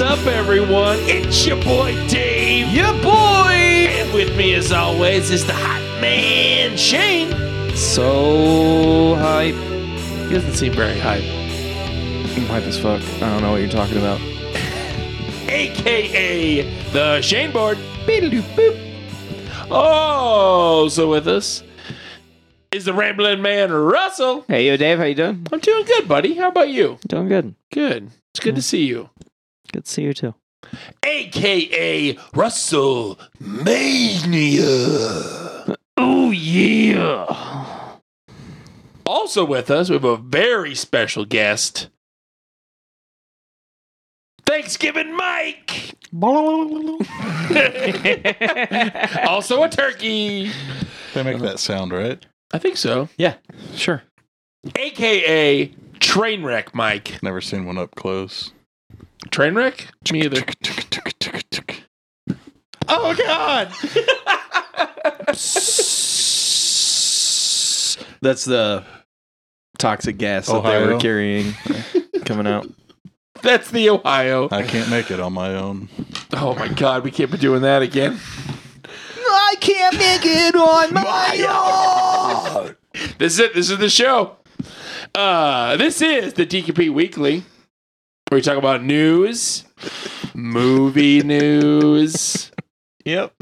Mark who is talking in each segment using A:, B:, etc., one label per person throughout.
A: up, everyone? It's your boy Dave.
B: Yeah, boy!
A: And with me, as always, is the hot man Shane.
B: So hype.
A: He doesn't seem very hype.
B: I'm hype as fuck. I don't know what you're talking about.
A: AKA the Shane Board. Beedaloo boop. Oh, so with us is the rambling man Russell.
B: Hey, yo, Dave, how you doing?
A: I'm doing good, buddy. How about you? Hmm.
B: Doing good.
A: Good. It's good to see you.
B: Good to see you too.
A: AKA Russell Mania. Oh, yeah. Also with us, we have a very special guest. Thanksgiving Mike. also a turkey.
C: They make that sound, right?
A: I think so.
B: Sure.
A: AKA Trainwreck Mike.
C: Never seen one up close.
A: Trainwreck? Me either. Oh, God.
B: That's the toxic gas that they
C: Ohio.
B: were carrying coming out.
A: That's the Ohio.
C: I can't make it on my own.
A: Oh, my God. We can't be doing that again.
B: I can't make it on my own.
A: This is it. This is the show. Uh, this is the DQP Weekly, where we talk about news, movie news,
B: Yep.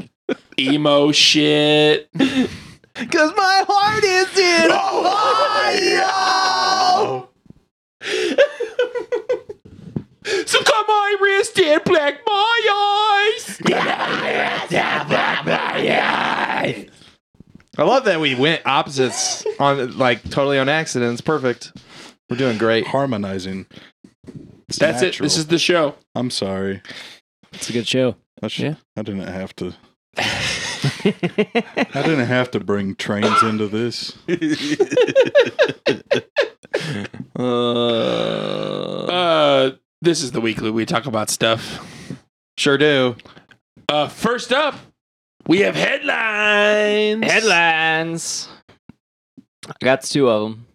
A: emo shit.
B: Cause my heart is in Ohio.
A: So come Iris, and black my eyes.
B: I love that we went opposites on like totally on accident. It's perfect. We're doing great.
C: Harmonizing. It's
A: That's it.
C: natural.
A: This is the show.
C: I'm sorry.
D: It's a good show.
C: I, sh-
D: Yeah.
C: I didn't have to. I didn't have to bring trains into this.
B: Uh,
A: Uh, this is the weekly. We talk about stuff.
B: sure do.
A: Uh, first up, we have headlines.
D: Headlines. I got two of them.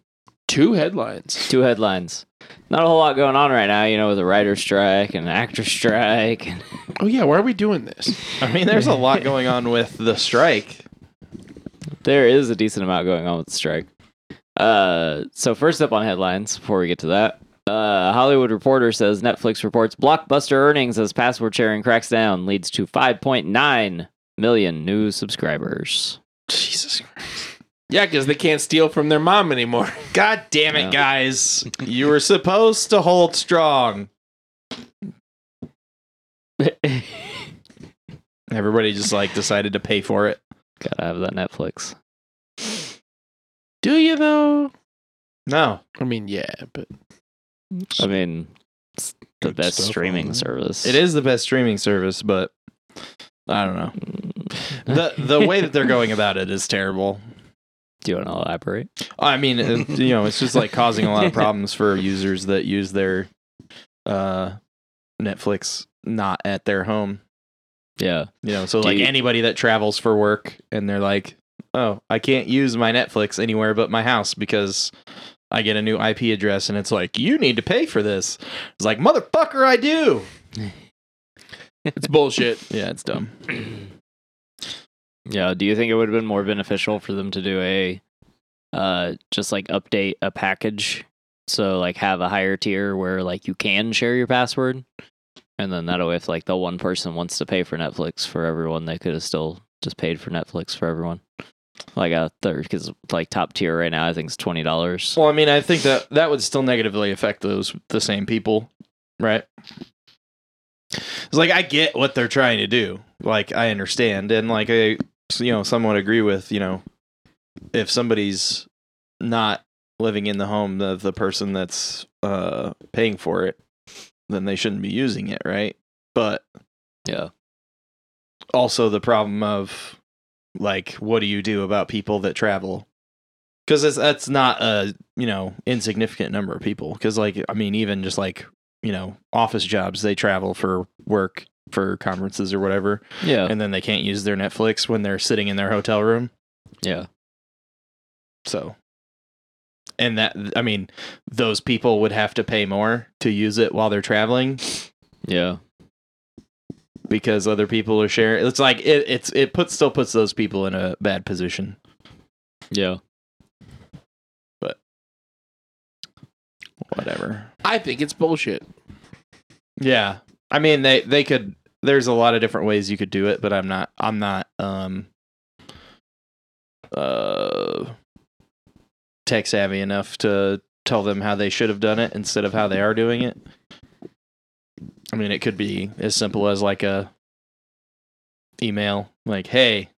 A: Two headlines.
D: Two headlines. Not a whole lot going on right now, you know, with a writer strike and actor strike. And
A: Oh yeah, why are we doing this?
B: I mean, there's a lot going on with the strike.
D: there is a decent amount going on with the strike. Uh, so first up on headlines, before we get to that, uh, Hollywood Reporter says Netflix reports blockbuster earnings as password sharing cracks down, leads to 5.9 million new subscribers.
B: Jesus.
A: Yeah, because they can't steal from their mom anymore.
B: God damn it,
D: Yeah.
B: guys. You were supposed to hold strong.
D: Gotta
B: Everybody just like decided to pay for it.
D: have that Netflix.
A: Do you though?
B: No.
A: I mean, yeah, but
D: I mean, it's the
C: Good
D: best
C: stuff on
D: streaming
C: there.
D: service.
B: It is the best streaming service, but I don't know. The the way that they're going about it is terrible.
D: Do you want to elaborate?
B: I mean, it- you know, it's just like causing a lot of problems for users that use their uh Netflix not at their home.
D: Yeah.
B: You know, so
D: Do
B: like
D: you-
B: anybody that travels for work and they're like, "Oh, I can't use my Netflix anywhere but my house because I get a new IP address," and it's like, "You need to pay for this." It's like, "Motherfucker, I do."
A: it's bullshit.
B: Yeah, it's dumb.
D: Yeah. Do you think it would have been more beneficial for them to do a uh just like update a package? So like have a higher tier where like you can share your password. And then that way if like the one person wants to pay for Netflix for everyone, they could have still just paid for Netflix for everyone. Like a third, because like top tier right now, I think is twenty dollars.
B: Well, I mean, I think that that would still negatively affect those the same people, right? It's like I get what they're trying to do. Like I understand, and like I, you know, somewhat agree with. You know, if somebody's not living in the home of the person that's uh, paying for it, then they shouldn't be using it, right? But
D: Yeah.
B: also the problem of like what do you do about people that travel because that's not a you know insignificant number of people because like i mean even just like you know office jobs they travel for work for conferences or whatever
D: Yeah.
B: and then they can't use their netflix when they're sitting in their hotel room
D: Yeah.
B: so and that i mean those people would have to pay more to use it while they're traveling
D: Yeah.
B: because other people are sharing. It's like it it's it puts still puts those people in a bad position.
D: Yeah.
B: Whatever.
A: I think it's bullshit.
B: Yeah. I mean they they could there's a lot of different ways you could do it, but I'm not I'm not um uh tech savvy enough to tell them how they should have done it instead of how they are doing it. I mean it could be as simple as like a email like, "Hey,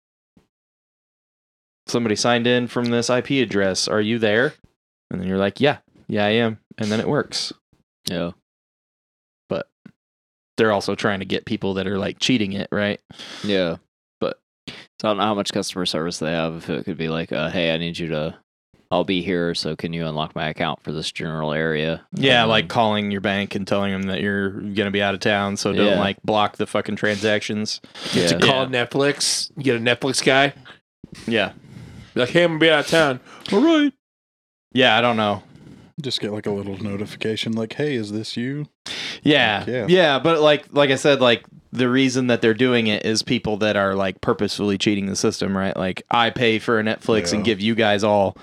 B: somebody signed in from this IP address. Are you there?" And then you're like, "Yeah. Yeah, I am." And then it works
D: Yeah.
B: they're also trying to get people that are like cheating it, right?
D: Yeah.
B: But-
D: so I don't know how much customer service they have. If it could be like, uh, hey, I need you to, I'll be here. So can you unlock my account for this general area?
B: Yeah,
D: And uh,
B: like calling your bank and telling them that you're gonna be out of town, so don't
D: Yeah.
B: like block the fucking transactions.
D: then-
A: To
D: yeah.
A: call Netflix, you get a Netflix guy.
B: Yeah,
A: Be like, hey, I'm gonna be out of town. All right.
B: yeah, I don't know.
C: Just get like a little notification, like, "Hey, is this you?"
B: Yeah.
C: Yeah.
B: yeah, but like, like I said, like the reason that they're doing it is people that are like purposefully cheating the system, right? Like I pay for a Netflix and
C: Yeah.
B: give you guys all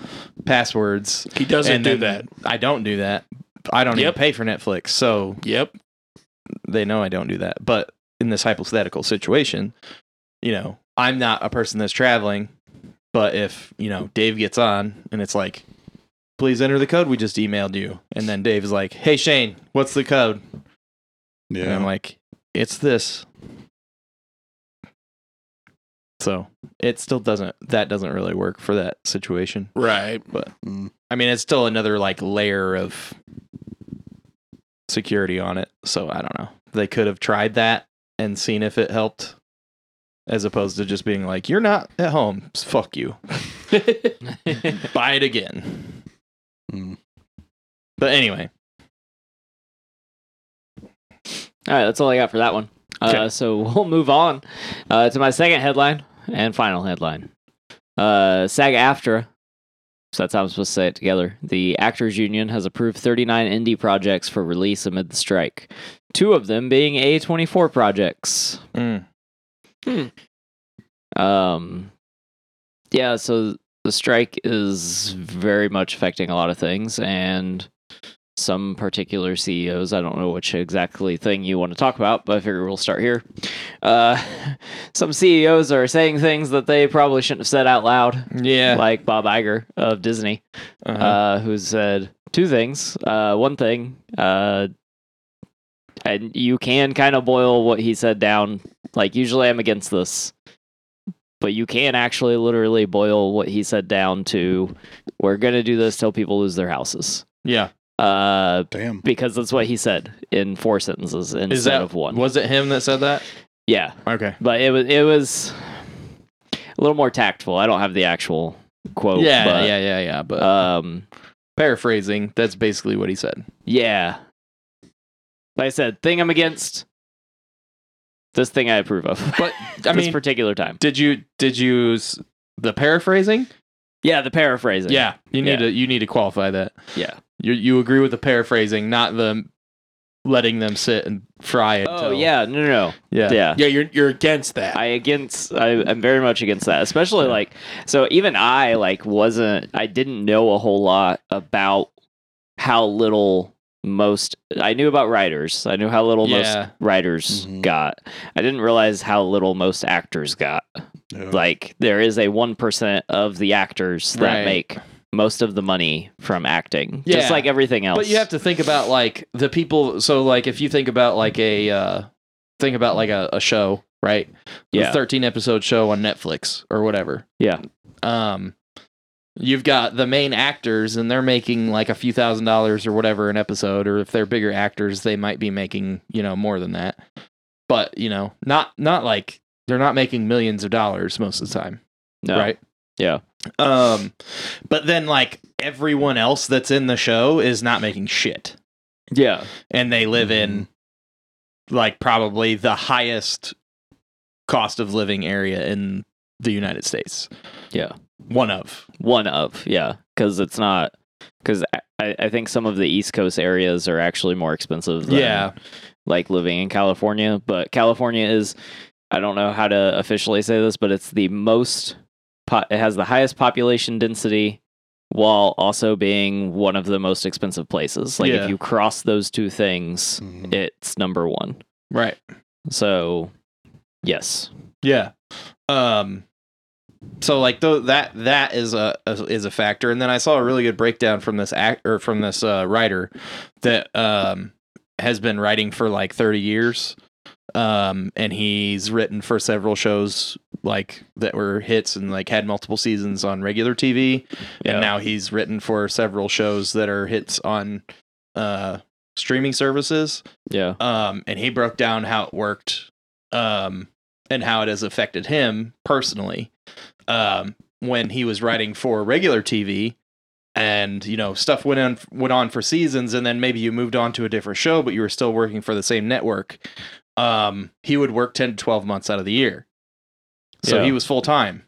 B: passwords.
A: He doesn't
B: and
A: do that.
B: then I don't do that. I don't
A: Yep.
B: even pay for Netflix, so
A: Yep.
B: they know I don't do that. But in this hypothetical situation, you know, I'm not a person that's traveling. But if, you know, Dave gets on and it's like, please enter the code we just emailed you. And then Dave is like, hey, Shane, what's the code? And I'm
C: Yeah,
B: like, it's this. So it still doesn't, that doesn't really work for that situation.
A: Right.
C: Mm.
B: I mean, it's still another like layer of security on it. So I don't know. They could have tried that and seen if it helped, as opposed to just being like, "You're not at home. s- Fuck you. Buy it again."
C: Mm.
B: But anyway,
D: All right, that's all I got for that one. Uh,
B: Okay.
D: so we'll move on uh, to my second headline and final headline. Uh, SAG AFTRA, so that's how I'm supposed to say it together. The Actors Union has approved 39 indie projects for release amid the strike, two of them being A24 projects. Um, yeah, so the strike is very much affecting a lot of things, and some particular CEOs. I don't know which exactly thing you want to talk about, but I figure we'll start here. Uh, some CEOs are saying things that they probably shouldn't have said out loud,
B: yeah,
D: like Bob Iger of Disney
B: uh-huh.
D: uh, who said two things. Uh, one thing, uh, and you can kind of boil what he said down. Like, usually I'm against this, but you can actually literally boil what he said down to we're going to do this till people lose their houses.
B: yeah.
D: Uh,
C: damn.
D: because that's what he said in four sentences instead
B: Is that
D: of one.
B: Was it him that said that?
D: yeah
B: Okay.
D: but it was it was a little more tactful. I don't have the actual quote.
B: yeah,
D: Oh, but,
B: yeah, yeah, yeah. But
D: Um,
B: paraphrasing, that's basically what he said.
D: Yeah. Like I said, thing I'm against. This thing I approve of.
B: But I
D: this
B: mean,
D: particular time.
B: did you did you s- the paraphrasing?
D: Yeah, the paraphrasing.
B: Yeah, you need
D: Yeah.
B: to you need to qualify that.
D: Yeah.
B: you you agree with the paraphrasing, not the letting them sit and fry it.
D: Oh yeah, no, no,
B: yeah,
D: no. Yeah.
A: Yeah, you're you're against that.
D: Uh. I against I, I'm very much against that. Especially like so even I like wasn't I didn't know a whole lot about how little most I knew about writers. I knew how little
B: Yeah.
D: most writers
C: Mhm.
D: got. I didn't realize how little most actors got.
C: Yeah.
D: like there is a 1% of the actors that
B: Right.
D: make most of the money from acting just
B: Yeah.
D: like everything else
B: But you have to think about like the people. So like if you think about like a uh, think about like a, a show, right?
D: yeah
B: a thirteen episode show on Netflix or whatever.
D: yeah
B: Um, you've got the main actors, and they're making like a few thousand dollars or whatever an episode. Or if they're bigger actors, they might be making you know more than that. But you know, not not like they're not making millions of dollars most of the time.
D: no
B: right?
D: Yeah.
B: Um, but then like everyone else that's in the show is not making shit,
D: yeah
B: and they live in
D: Mm-hmm.
B: like probably the highest cost of living area in the United States.
D: Yeah.
B: one of
D: one of yeah because it's not because I, I I think some of the East Coast areas are actually more expensive. Than,
B: yeah,
D: like living in California, but California is I don't know how to officially say this, but it's the most po- it has the highest population density while also being one of the most expensive places. Like
B: Yeah.
D: if you cross those two things,
C: Mhm.
D: it's number 1.
B: right.
D: So, yes.
B: Yeah. Um so like though that that is a, a- is a factor and then I saw a really good breakdown from this act or from this uh writer that um has been writing for like 30 years um and he's written for several shows like that were hits and like had multiple seasons on regular TV
D: Yeah.
B: and now he's written for several shows that are hits on uh streaming services
D: Yeah.
B: um, and he broke down how it worked um, and how it has affected him personally um, when he was writing for regular TV. And you know stuff went on went on for seasons, and then maybe you moved on to a different show, but you were still working for the same network. Um, he would work ten to twelve months out of the year, so
D: Yeah.
B: he was full time,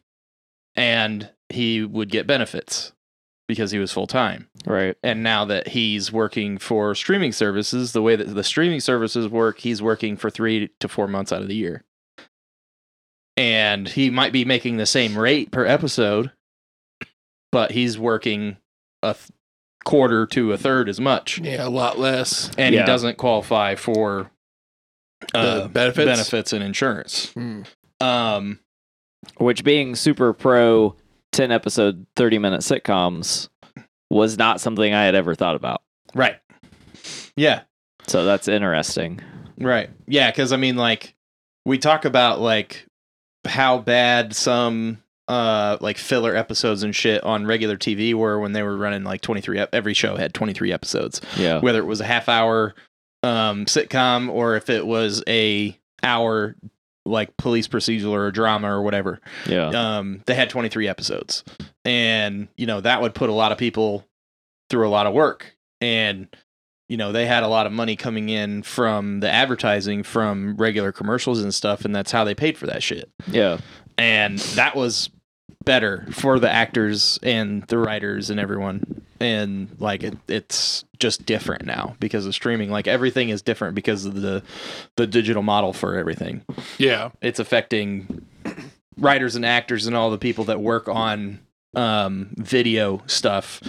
B: and he would get benefits because he was full time
D: Right.
B: and now that he's working for streaming services the way that the streaming services work he's working for three to four months out of the year and he might be making the same rate per episode but he's working a th- quarter to a third as much
A: Yeah, a lot less.
B: and
D: Yeah.
B: he doesn't qualify for uh,
A: The benefits?
B: benefits and insurance
A: Mm.
B: um
D: Which being super pro 10 episode 30 minute sitcoms was not something I had ever thought about.
B: right yeah
D: So that's interesting.
B: Right. Yeah, cuz I mean like we talk about like how bad some uh like filler episodes and shit on regular TV were when they were running like 23 ep- every show had 23 episodes.
D: Yeah.
B: Whether it was a half hour um sitcom or if it was a hour like police procedural or drama or whatever
D: Yeah.
B: um, they had 23 episodes and you know that would put a lot of people through a lot of work and you know they had a lot of money coming in from the advertising from regular commercials and stuff and that's how they paid for that shit
D: Yeah.
B: and that was better for the actors and the writers and everyone and like it, it's just different now because of streaming like everything is different because of the the digital model for everything
A: Yeah.
B: it's affecting writers and actors and all the people that work on um, video stuff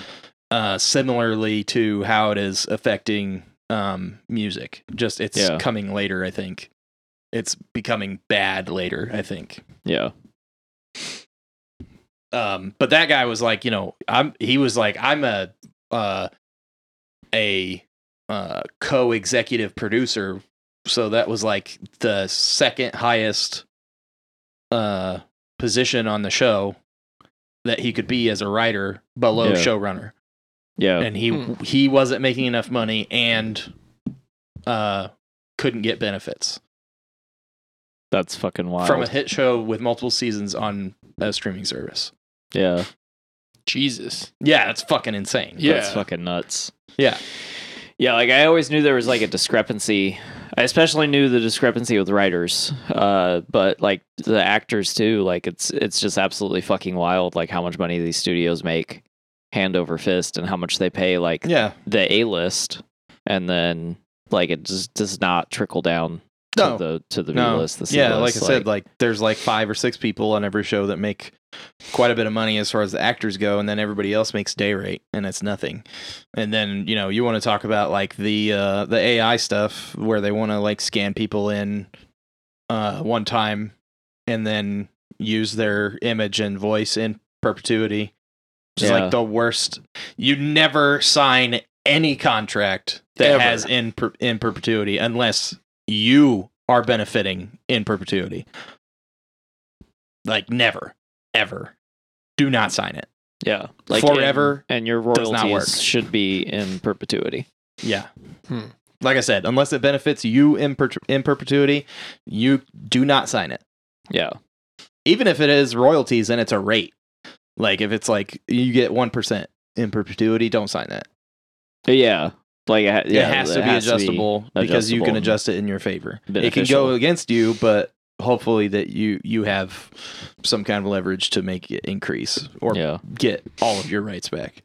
B: uh, similarly to how it is affecting um, music just it's
D: Yeah.
B: coming later i think it's becoming bad later i think
D: Yeah.
B: um, but that guy was like you know i'm he was like i'm a uh, a uh, co-executive producer so that was like the second highest uh position on the show that he could be as a writer below
D: Yeah.
B: showrunner
D: Yeah.
B: and he
A: Hmm.
B: he wasn't making enough money and uh couldn't get benefits
D: That's fucking wild.
B: from a hit show with multiple seasons on a streaming service
D: yeah,
A: Jesus.
B: yeah that's fucking insane
A: Yeah.
D: that's fucking nuts.
B: Yeah.
D: Yeah, like I always knew there was like a discrepancy. I especially knew the discrepancy with writers, uh, but like the actors too. Like it's it's just absolutely fucking wild. Like how much money these studios make hand over fist, and how much they pay like
B: yeah
D: the A list, and then like it just does not trickle down to
B: no
D: the to the B
B: no.
D: list. The C
B: yeah like i
D: list,
B: said like there's like five or six people on every show that make quite a bit of money as far as the actors go and then everybody else makes day rate and it's nothing and then you know you want to talk about like the uh the ai stuff where they want to like scan people in uh one time and then use their image and voice in perpetuity which is
D: Yeah.
B: like the worst you never sign any contract that
A: Ever.
B: has in per- in perpetuity unless you are benefiting in perpetuity like never ever do not sign it
D: yeah,
B: forever
D: and, and your
B: does not work.
D: royalties should be in perpetuity.
B: Yeah.
A: Hmm.
B: Like I said, unless it benefits you in, per- in perpetuity, you do not sign it.
D: Yeah,
B: Even if it is royalties and it's a rate. Like if it's like you get 1% in perpetuity, don't sign that.
D: Yeah. Like it, ha- yeah,
B: it has
D: it
B: to be adjustable because you can
D: adjustable.
B: adjust it in your favor. It can
D: Beneficial.
B: go against you, but hopefully that you you have some kind of leverage to make it increase or
D: yeah.
B: get all of your rights back.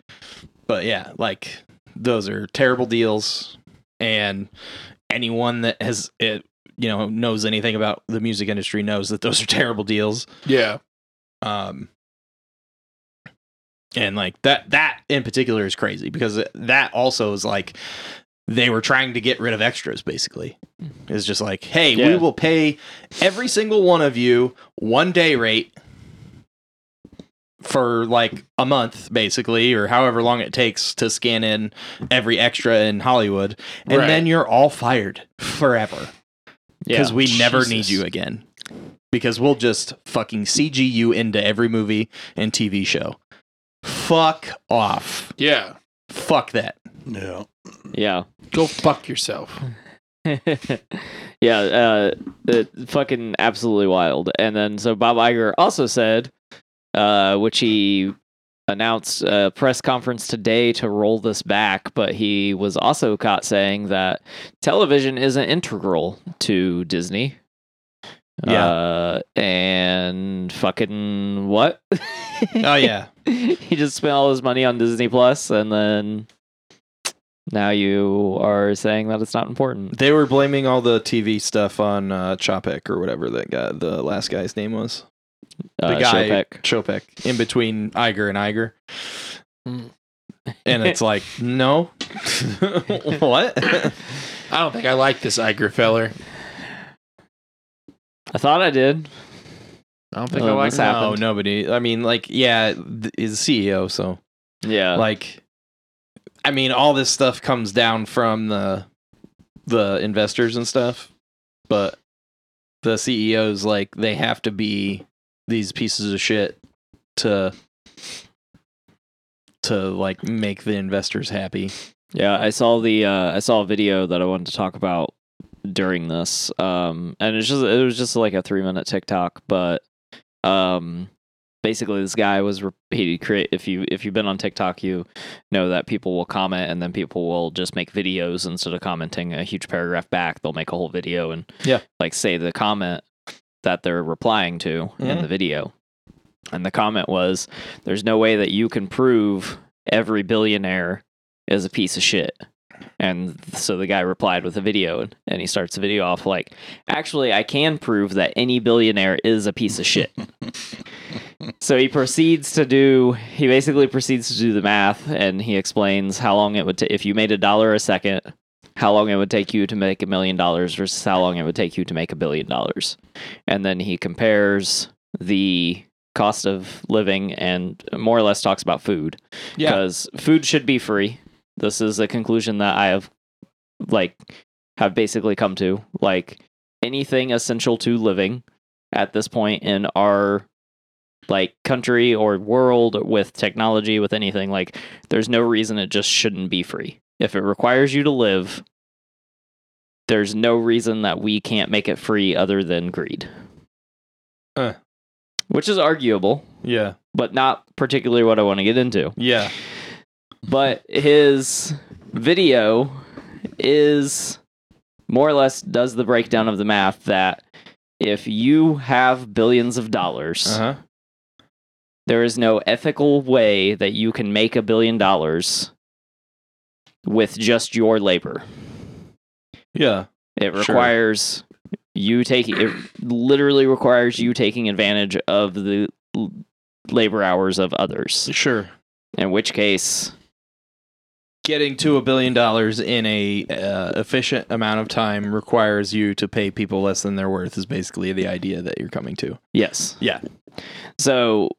B: But yeah, like those are terrible deals, and anyone that has it, you know, knows anything about the music industry knows that those are terrible deals.
A: Yeah.
B: um and like that that in particular is crazy because that also is like they were trying to get rid of extras basically it's just like hey we
D: Yeah.
B: will pay every single one of you one day rate for like a month basically or however long it takes to scan in every extra in hollywood and
A: Right.
B: then you're all fired forever because we never need
A: Jesus.
B: you again. Because we'll just fucking CG you into every movie and TV show. Fuck off.
A: Yeah.
B: Fuck that.
C: Yeah.
D: yeah.
A: Go fuck yourself.
D: yeah, uh, it- fucking absolutely wild. And then so Bob Iger also said, uh, which he announced a press conference today to roll this back, but he was also caught saying that television isn't integral to Disney.
B: Yeah.
D: Uh, and fucking what?
B: Oh yeah.
D: he just spent all his money on Disney Plus, and then now you are saying that it's not important.
B: they were blaming all the TV stuff on uh, Chopek or whatever that guy, the last guy's name was.
D: Uh,
B: the guy
D: Chopek.
B: Chopek, in between Iger and Iger.
A: Hmm.
B: And it's like, no. what?
A: I don't think I like this Iger feller.
D: I thought I did.
A: I don't think
D: Oh,
A: I like
D: this
A: him.
B: no, nobody. I mean, like, yeah, th- he's CEO, so
D: Yeah.
B: like i mean all this stuff comes down from the the investors and stuff but the ceos like they have to be these pieces of shit to to like make the investors happy
D: yeah, I saw the uh, I saw a video that I wanted to talk about during this. Um and it's just it was just like a 3 minute TikTok, but um basically this guy was re- he create if you if you've been on TikTok, you know that people will comment and then people will just make videos instead of commenting a huge paragraph back, they'll make a whole video and
B: Yeah.
D: like say the comment that they're replying to in
B: Mhm.
D: the video. And the comment was there's no way that you can prove every billionaire is a piece of shit. And so the guy replied with a video and, and he starts the video off like, actually, I can prove that any billionaire is a piece of shit. so he proceeds to do, he basically proceeds to do the math and he explains how long it would take if you made a dollar a second, how long it would take you to make a million dollars versus how long it would take you to make a billion dollars. And then he compares the cost of living and more or less talks about food because food should be free. This is the conclusion that I have, like, have basically come to. Like, anything essential to living at this point in our like country or world with technology with anything like there's no reason it just shouldn't be free if it requires you to live there's no reason that we can't make it free other than greed
B: Huh.
D: which is arguable
B: yeah
D: but not particularly what i want to get into
B: yeah
D: but his video is more or less does the breakdown of the math that if you have billions of dollars,
B: uh-huh
D: there is no ethical way that you can make a billion dollars with just your labor.
B: yeah
D: It
B: Sure.
D: requires you taking it literally requires you taking advantage of the l- labor hours of others.
B: sure
D: In which case,
B: getting to a billion dollars in a uh, efficient amount of time requires you to pay people less than their worth is basically the idea that you're coming to
D: Yes.
B: Yeah.
D: So,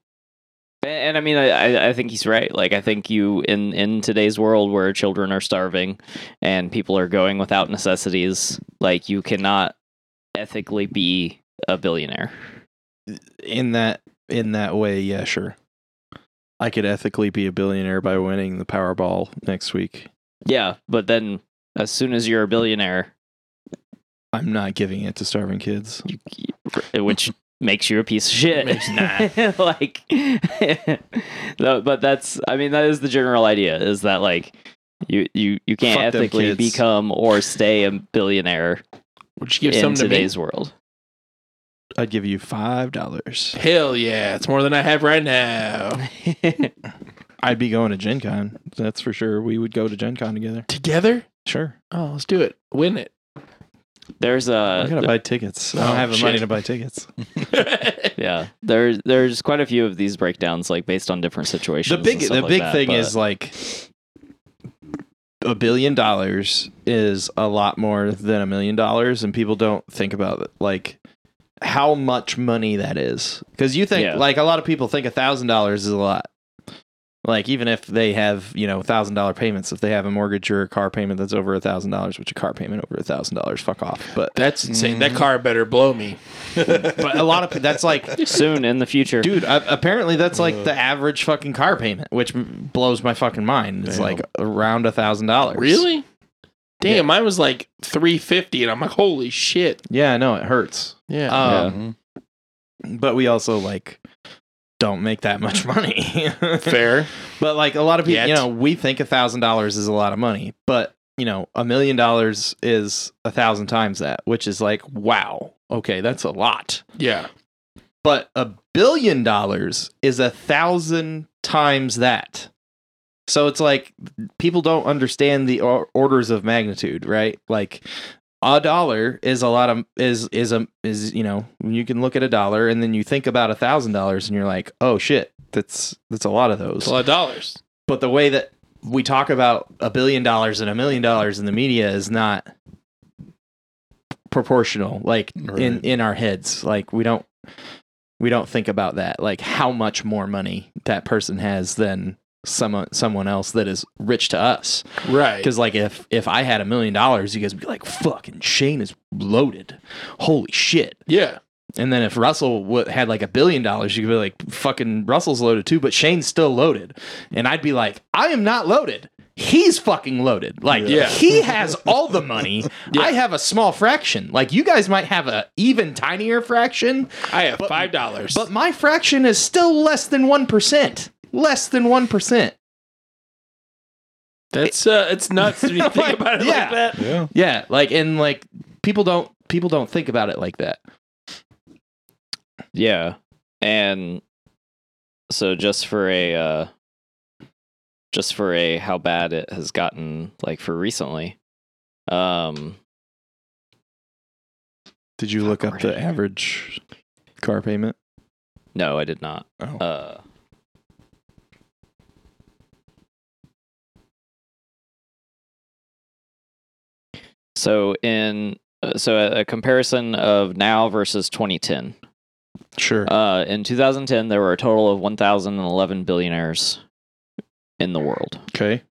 D: and, and I mean, I, I- I think he's right. Like, I think you in in today's world where children are starving and people are going without necessities, like you cannot ethically be a billionaire.
B: in that in that way yeah sure i could ethically be a billionaire by winning the powerball next week
D: Yeah, but then as soon as you're a billionaire,
B: i'm not giving it to starving kids
D: you, which makes you a piece of shit.
B: Makes-
D: like, no, but that's I mean that is the general idea is that like you you you can't
B: Fuck them
D: ethically
B: kids.
D: become or stay a billionaire
A: Would you give
D: in
A: some to me?
D: today's world.
B: i'd give you five dollars
A: Hell yeah. It's more than I have right now.
B: I'd be going to Gen Con. That's for sure. We would go to Gen Con together.
A: Together?
B: Sure.
A: Oh, let's do it. Win it.
D: There's uh,
B: I gotta
D: a
B: buy tickets. I
A: Uh, Oh,
B: don't have the money
A: shit.
B: to buy tickets.
D: yeah. There's there's quite a few of these breakdowns like based on different situations.
B: The big
D: and stuff
B: the
D: like
B: big
D: that,
B: thing
D: but-
B: is like a billion dollars is a lot more than a million dollars, and people don't think about it, like how much money that is. Because you think
D: Yeah.
B: like a lot of people think a thousand dollars is a lot. Like even if they have you know thousand dollar payments, if they have a mortgage or a car payment that's over a thousand dollars, which a car payment over a thousand dollars, fuck off. But
A: That's insane. That car better blow me.
B: but Mm. a lot of that's like
D: soon in the future.
B: dude uh, apparently that's like the average fucking car payment which m- blows my fucking mind it's
C: Damn.
B: like around a thousand dollars
A: Really? Damn, mine was like 350 and I'm like, holy shit. Uh,
B: yeah i know it hurts
A: Yeah.
B: um but we also like don't make that much money
A: Fair.
B: but like a lot of people
A: Yet.
B: you know we think a thousand dollars is a lot of money but you know a million dollars is a thousand times that which is like wow okay that's a lot
A: Yeah.
B: but a billion dollars is a thousand times that. So it's like people don't understand the or- orders of magnitude, right? Like a dollar is a lot of is is a is you know you can look at a dollar and then you think about a thousand dollars and you're like, oh shit, that's that's a lot of those
A: It's a lot of dollars.
B: but the way that we talk about a billion dollars and a million dollars in the media is not proportional like in
C: Right.
B: in our heads like we don't we don't think about that like how much more money that person has than someone someone else that is rich to us
A: Right.
B: because like if if i had a million dollars you guys would be like fucking shane is loaded holy shit
A: Yeah.
B: and then if Russell w- had like a billion dollars, you could be like, fucking Russell's loaded too, but Shane's still loaded. And I'd be like, I am not loaded. He's fucking loaded. Like,
A: Yeah.
B: he has all the money. I have a small fraction. Like, you guys might have a even tinier fraction,
A: I have $5.
B: but my fraction is still less than 1%. Less than 1%.
A: That's uh, it's nuts when you think
B: Like,
A: about it
B: yeah.
A: like that.
C: yeah.
B: Yeah, like and like people don't people don't think about it like that.
D: Yeah. And so just for a uh just for a how bad it has gotten like for recently. Um
B: Did you look up the average car payment?
D: no, I did not.
C: Oh.
D: Uh So in uh, so a, a comparison of now versus 2010.
B: Sure.
D: Uh, in 2010, there were a total of 1,011 billionaires in the world.
B: okay.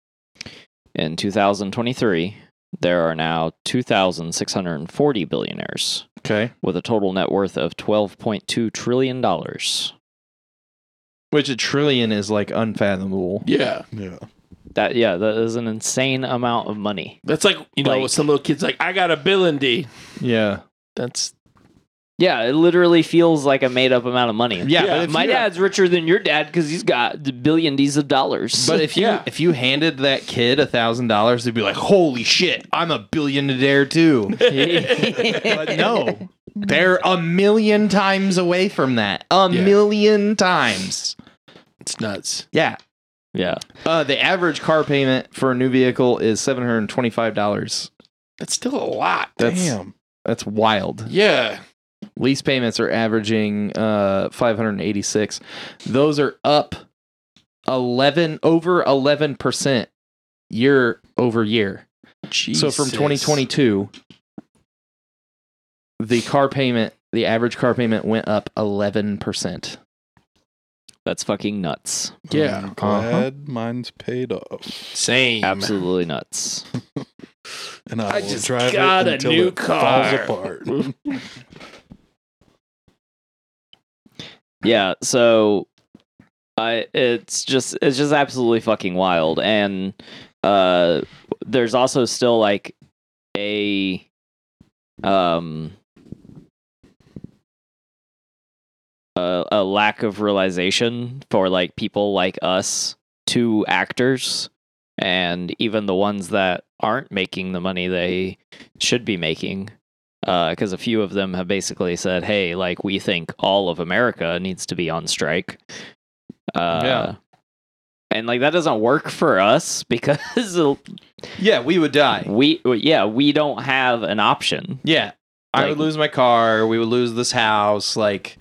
D: In 2023, there are now 2,640 billionaires
B: Okay.
D: with a total net worth of 12.2 trillion dollars.
B: Which a trillion is like unfathomable.
A: Yeah.
C: Yeah.
D: That yeah, that is an insane amount of money.
A: That's like you know
D: Like-
A: some little kids like I got a bill and D.
B: Yeah.
A: That's
D: Yeah, it literally feels like a made up amount of money.
B: Yeah,
A: Yeah,
B: but if
D: my
B: you,
D: dad's richer than your dad because he's got billion D's of dollars.
B: but if you
A: Yeah.
B: if you handed that kid a thousand dollars, they'd be like, "Holy shit, I'm a billionaire too." but no, they're a million times away from that. A
A: Yeah.
B: million times.
A: it's nuts.
B: Yeah.
D: yeah,
B: Uh, the average car payment for a new vehicle is seven hundred and twenty-five dollars.
A: That's still a lot.
B: That's
C: Damn.
B: that's wild.
A: Yeah.
B: Lease payments are averaging uh 586. Those are up 11 over 11% year over year. So from
A: Jesus.
B: 2022 the car payment, the average car payment went up 11%.
D: that's fucking nuts.
A: Yeah.
C: I'm glad mine's paid off.
A: Same.
D: Absolutely nuts.
C: And I,
A: I
C: will
A: just
C: drive
A: got
C: it
A: a
C: until
A: new
C: it
A: car.
C: falls apart.
D: yeah so i it's just it's just absolutely fucking wild and uh there's also still like a um a, a lack of realization for like people like us to actors and even the ones that aren't making the money they should be making because a few of them have basically said, "Hey, like we think all of America needs to be on strike." Uh,
B: Yeah.
D: and like that doesn't work for us because
B: Yeah, we would die.
D: we yeah we don't have an option.
B: Yeah. I would
D: Like-
B: lose my car. We would lose this house. Like,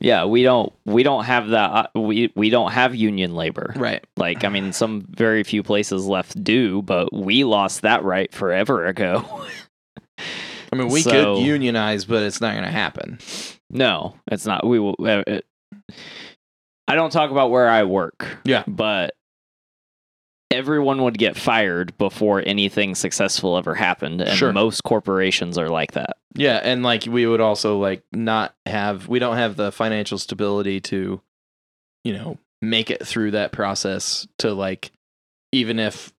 D: Yeah, we don't we don't have that uh, we we don't have union labor.
B: right.
D: Like I mean some very few places left do, but we lost that right forever ago.
B: I mean, we
D: So-
B: could unionize, but it's not going to happen.
D: no, it's not we will uh, it, I don't talk about where I work.
B: Yeah.
D: But everyone would get fired before anything successful ever happened and
B: Sure.
D: most corporations are like that.
B: Yeah. And like, we would also like not have, we don't have the financial stability to, you know, make it through that process to like, even if,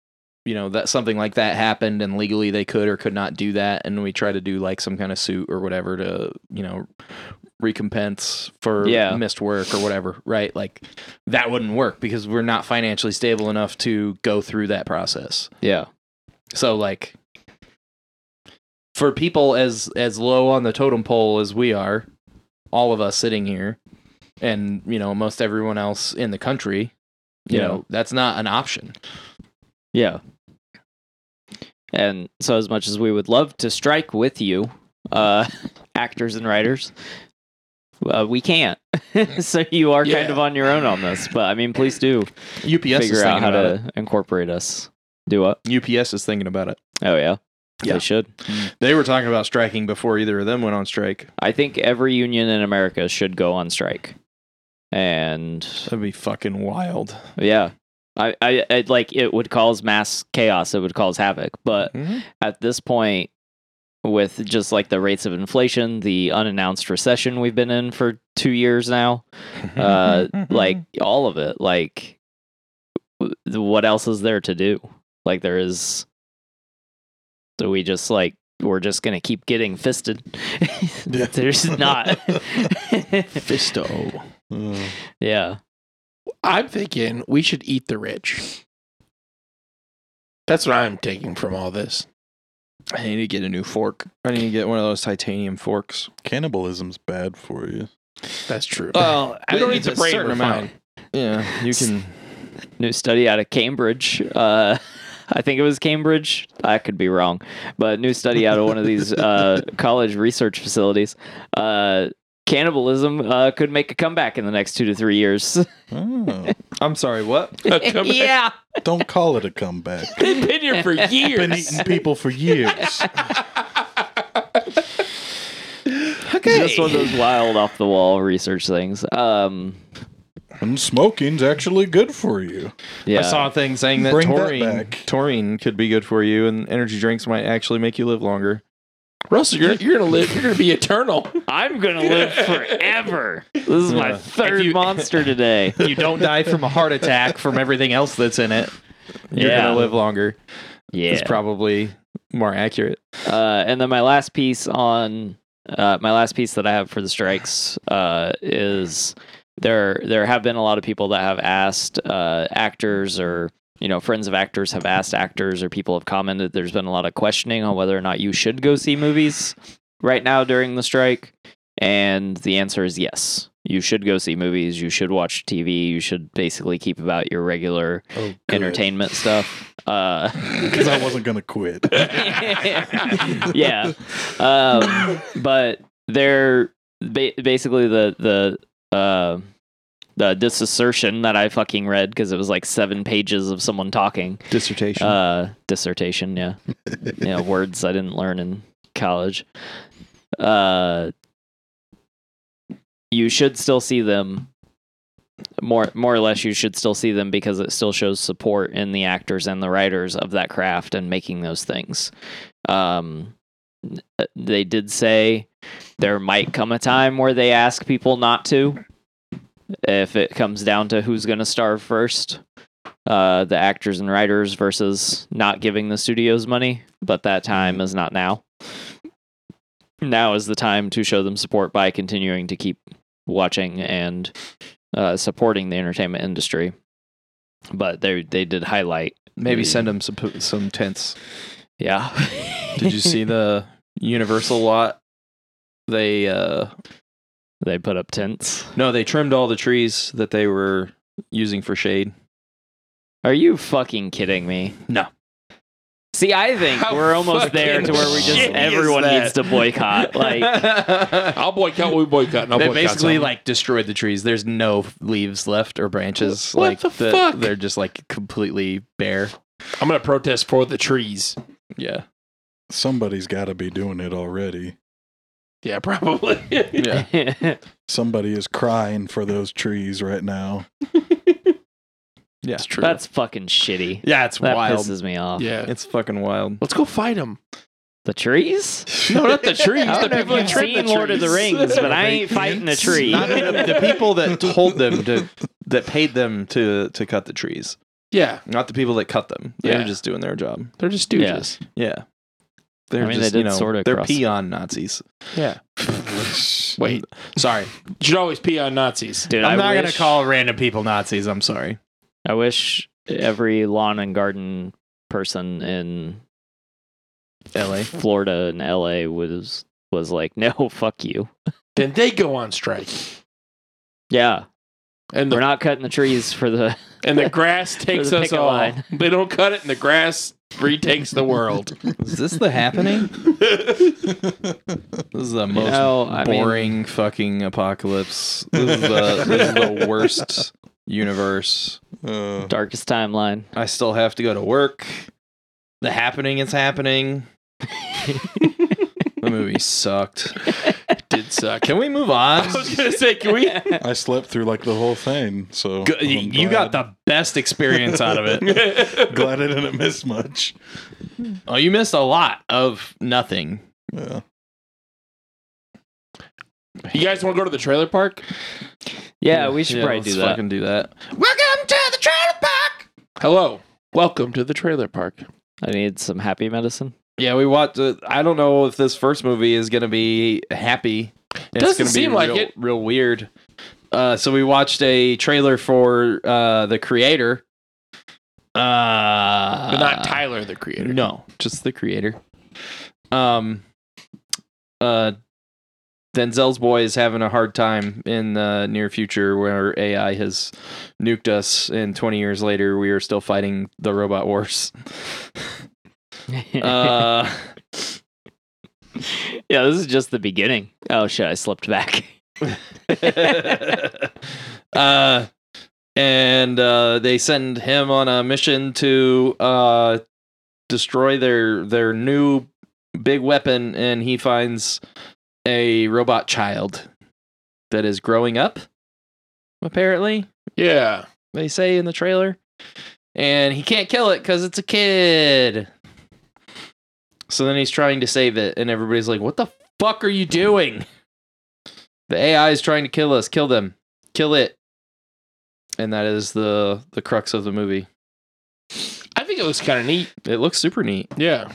B: you know, that something like that happened and legally they could or could not do that. And we try to do like some kind of suit or whatever to, you know, recompense for
D: Yeah.
B: missed work or whatever. Right. Like, that wouldn't work because we're not financially stable enough to go through that process.
D: Yeah.
B: So like for people as as low on the totem pole as we are, all of us sitting here and you know most everyone else in the country, you
D: Yeah.
B: know, that's not an option.
D: Yeah. And so, as much as we would love to strike with you, uh, actors and writers, uh, we can't. so you are kind
A: Yeah.
D: of on your own on this. But I mean, please do
B: UPS is
D: figure out
B: thinking
D: how
B: about
D: to incorporate us. Do what?
B: it. UPS is thinking about it.
D: Oh yeah.
B: Yeah.
D: They should.
B: They were talking about striking before either of them went on strike.
D: I think every union in America should go on strike. And
B: That'd be fucking wild.
D: yeah, I, I, I like it would cause mass chaos. It would cause havoc. But at this point with just like the rates of inflation the unannounced recession we've been in for two years now uh
B: Mm-hmm.
D: like all of it like w- what else is there to do like there is do we just like we're just gonna keep getting fisted
C: Yeah.
D: there's not
B: Fisto.
C: Uh,
D: yeah
A: I'm thinking we should eat the rich. That's what I'm taking from all this.
B: I need to get a new fork. I need to get one of those titanium forks.
C: cannibalism's bad for you.
A: That's true.
B: Well,
A: Uh, we don't need to brain
B: certain
A: amount.
B: Yeah, you can.
D: new study out of Cambridge. Uh, I think it was Cambridge. I could be wrong, but new study out of one of these uh, college research facilities. Uh, cannibalism uh, could make a comeback in the next two to three years.
C: Oh,
B: I'm sorry, what?
A: A comeback.
D: yeah,
C: don't call it a comeback.
A: They've been here for years.
C: Been eating people for years.
D: okay. just one of those wild off the wall research things. Um,
C: and smoking's actually good for you.
D: yeah,
B: I saw a thing saying that
C: Bring that
B: taurine
C: back.
B: taurine could be good for you, and energy drinks might actually make you live longer.
A: Russell, you're, you're gonna live. You're gonna be eternal.
D: I'm gonna live forever. This is my
B: Yeah.
D: third
B: If you-
D: monster today.
B: You don't die from a heart attack from everything else that's in it. You're
D: Yeah.
B: gonna live longer.
D: Yeah,
B: It's probably more accurate.
D: Uh, and then my last piece on uh, my last piece that I have for the strikes uh, is there. There have been a lot of people that have asked uh, actors or you know friends of actors have asked actors or people have commented. There's been a lot of questioning on whether or not you should go see movies right now during the strike, and the answer is yes. You should go see movies. You should watch TV. You should basically keep about your regular
C: Oh, good.
D: entertainment stuff. Uh,
C: Because I wasn't gonna quit.
D: yeah. Um, but they're ba- basically the the uh, the disassertion that I fucking read because it was like seven pages of someone talking.
B: Dissertation.
D: Uh, dissertation, yeah, yeah, words I didn't learn in college. Uh, you should still see them. More, more or less, you should still see them because it still shows support in the actors and the writers of that craft and making those things. Um, they did say there might come a time where they ask people not to if it comes down to who's going to starve first uh, the actors and writers versus not giving the studios money but that time is not now now is the time to show them support by continuing to keep watching and uh, supporting the entertainment industry but they they did highlight
B: Maybe send them some some tents.
D: yeah
B: Did you see the Universal lot? They uh
D: they put up tents
B: no, they trimmed all the trees that they were using for shade.
D: Are you fucking kidding me?
B: No.
D: See, I think
A: How
D: we're almost
A: fucking
D: there to where we just
A: shitty is
D: everyone
A: that?
D: needs to boycott. Like,
A: I'll boycott. We boycott. And I'll
B: they
A: boycott
B: basically
A: something.
B: like destroyed the trees. There's no leaves left or branches.
A: What
B: like
A: the fuck?
B: They're just like completely bare.
A: I'm gonna protest for the trees.
B: Yeah.
C: Somebody's got to be doing it already.
A: Yeah, probably.
B: Yeah.
C: Somebody is crying for those trees right now.
B: Yeah.
A: It's true.
D: that's fucking shitty.
B: Yeah, it's
D: That
B: wild.
D: pisses me off.
A: yeah.
B: It's fucking wild.
A: Let's go fight them.
D: The trees?
A: No, not the trees.
D: I
A: the
D: don't know
A: people
D: if
A: that
D: you've
A: trim the
D: seen Lord of the
A: trees.
D: Rings, but I ain't fighting a tree.
B: Not the, the people that told them to that paid them to to cut the trees,
A: Yeah,
B: not the people that cut them. They
A: Yeah.
B: were just doing their job.
A: they're just stooges.
B: Yeah. They're
D: I mean, they
B: just, you
D: did
B: know,
D: sorta
B: they're
D: cross-
B: peon Nazis.
A: Yeah. Wait,
B: Sorry,
A: you should always pee on Nazis.
D: Dude,
B: I'm
D: I
B: not
D: wish,
B: gonna call random people Nazis. I'm sorry.
D: I wish every lawn and garden person in
B: L.A.
D: Florida and LA was was like, no, fuck you.
A: Then they go on strike,
D: Yeah,
A: and
D: we're
A: the
D: not cutting the trees for the.
A: and the grass takes
D: the
A: us
D: picket
A: all.
D: line.
A: They don't cut it, and the grass retakes the world.
B: Is this the happening? This is the most
D: know, I mean-
B: boring fucking apocalypse. This is, the, this is the worst universe.
C: Uh,
D: Darkest timeline.
B: I still have to go to work. The happening is happening. the movie sucked.
A: Did suck.
B: Can we move on?
A: I was gonna say, can we?
C: I slept through like the whole thing, so
B: Go-
C: I'm
B: you got
C: glad-
B: the best experience out of it.
C: glad I didn't miss much.
B: Oh, you missed a lot of nothing.
C: Yeah.
A: you guys want to go to the trailer park?
D: Yeah, we should probably
B: let's
D: do that.
B: Fucking do that. Welcome to the trailer park.
A: Hello, welcome to the trailer park.
D: I need some happy medicine.
B: Yeah, we watched. Uh, I don't know if this first movie is gonna be happy. It's
A: Doesn't
B: gonna
A: seem
B: be
A: like
B: real,
A: it.
B: Real weird. Uh, so we watched a trailer for uh, the creator. Uh,
A: But not Tyler, the creator.
B: No, just the creator. Um, uh, Denzel's boy is having a hard time in the near future where AI has nuked us, and 20 years later, we are still fighting the robot wars. Uh,
D: yeah, this is just the beginning. Oh shit, I slipped back.
B: uh, and uh, they send him on a mission to uh, destroy their their new big weapon, and he finds a robot child that is growing up. Apparently,
A: Yeah.
B: they say in the trailer, and he can't kill it because it's a kid. So then he's trying to save it, and everybody's like, "What the fuck are you doing?" The AI is trying to kill us. Kill them. Kill it. And that is the the crux of the movie.
A: I think it looks kind of neat.
B: It looks super neat.
A: Yeah.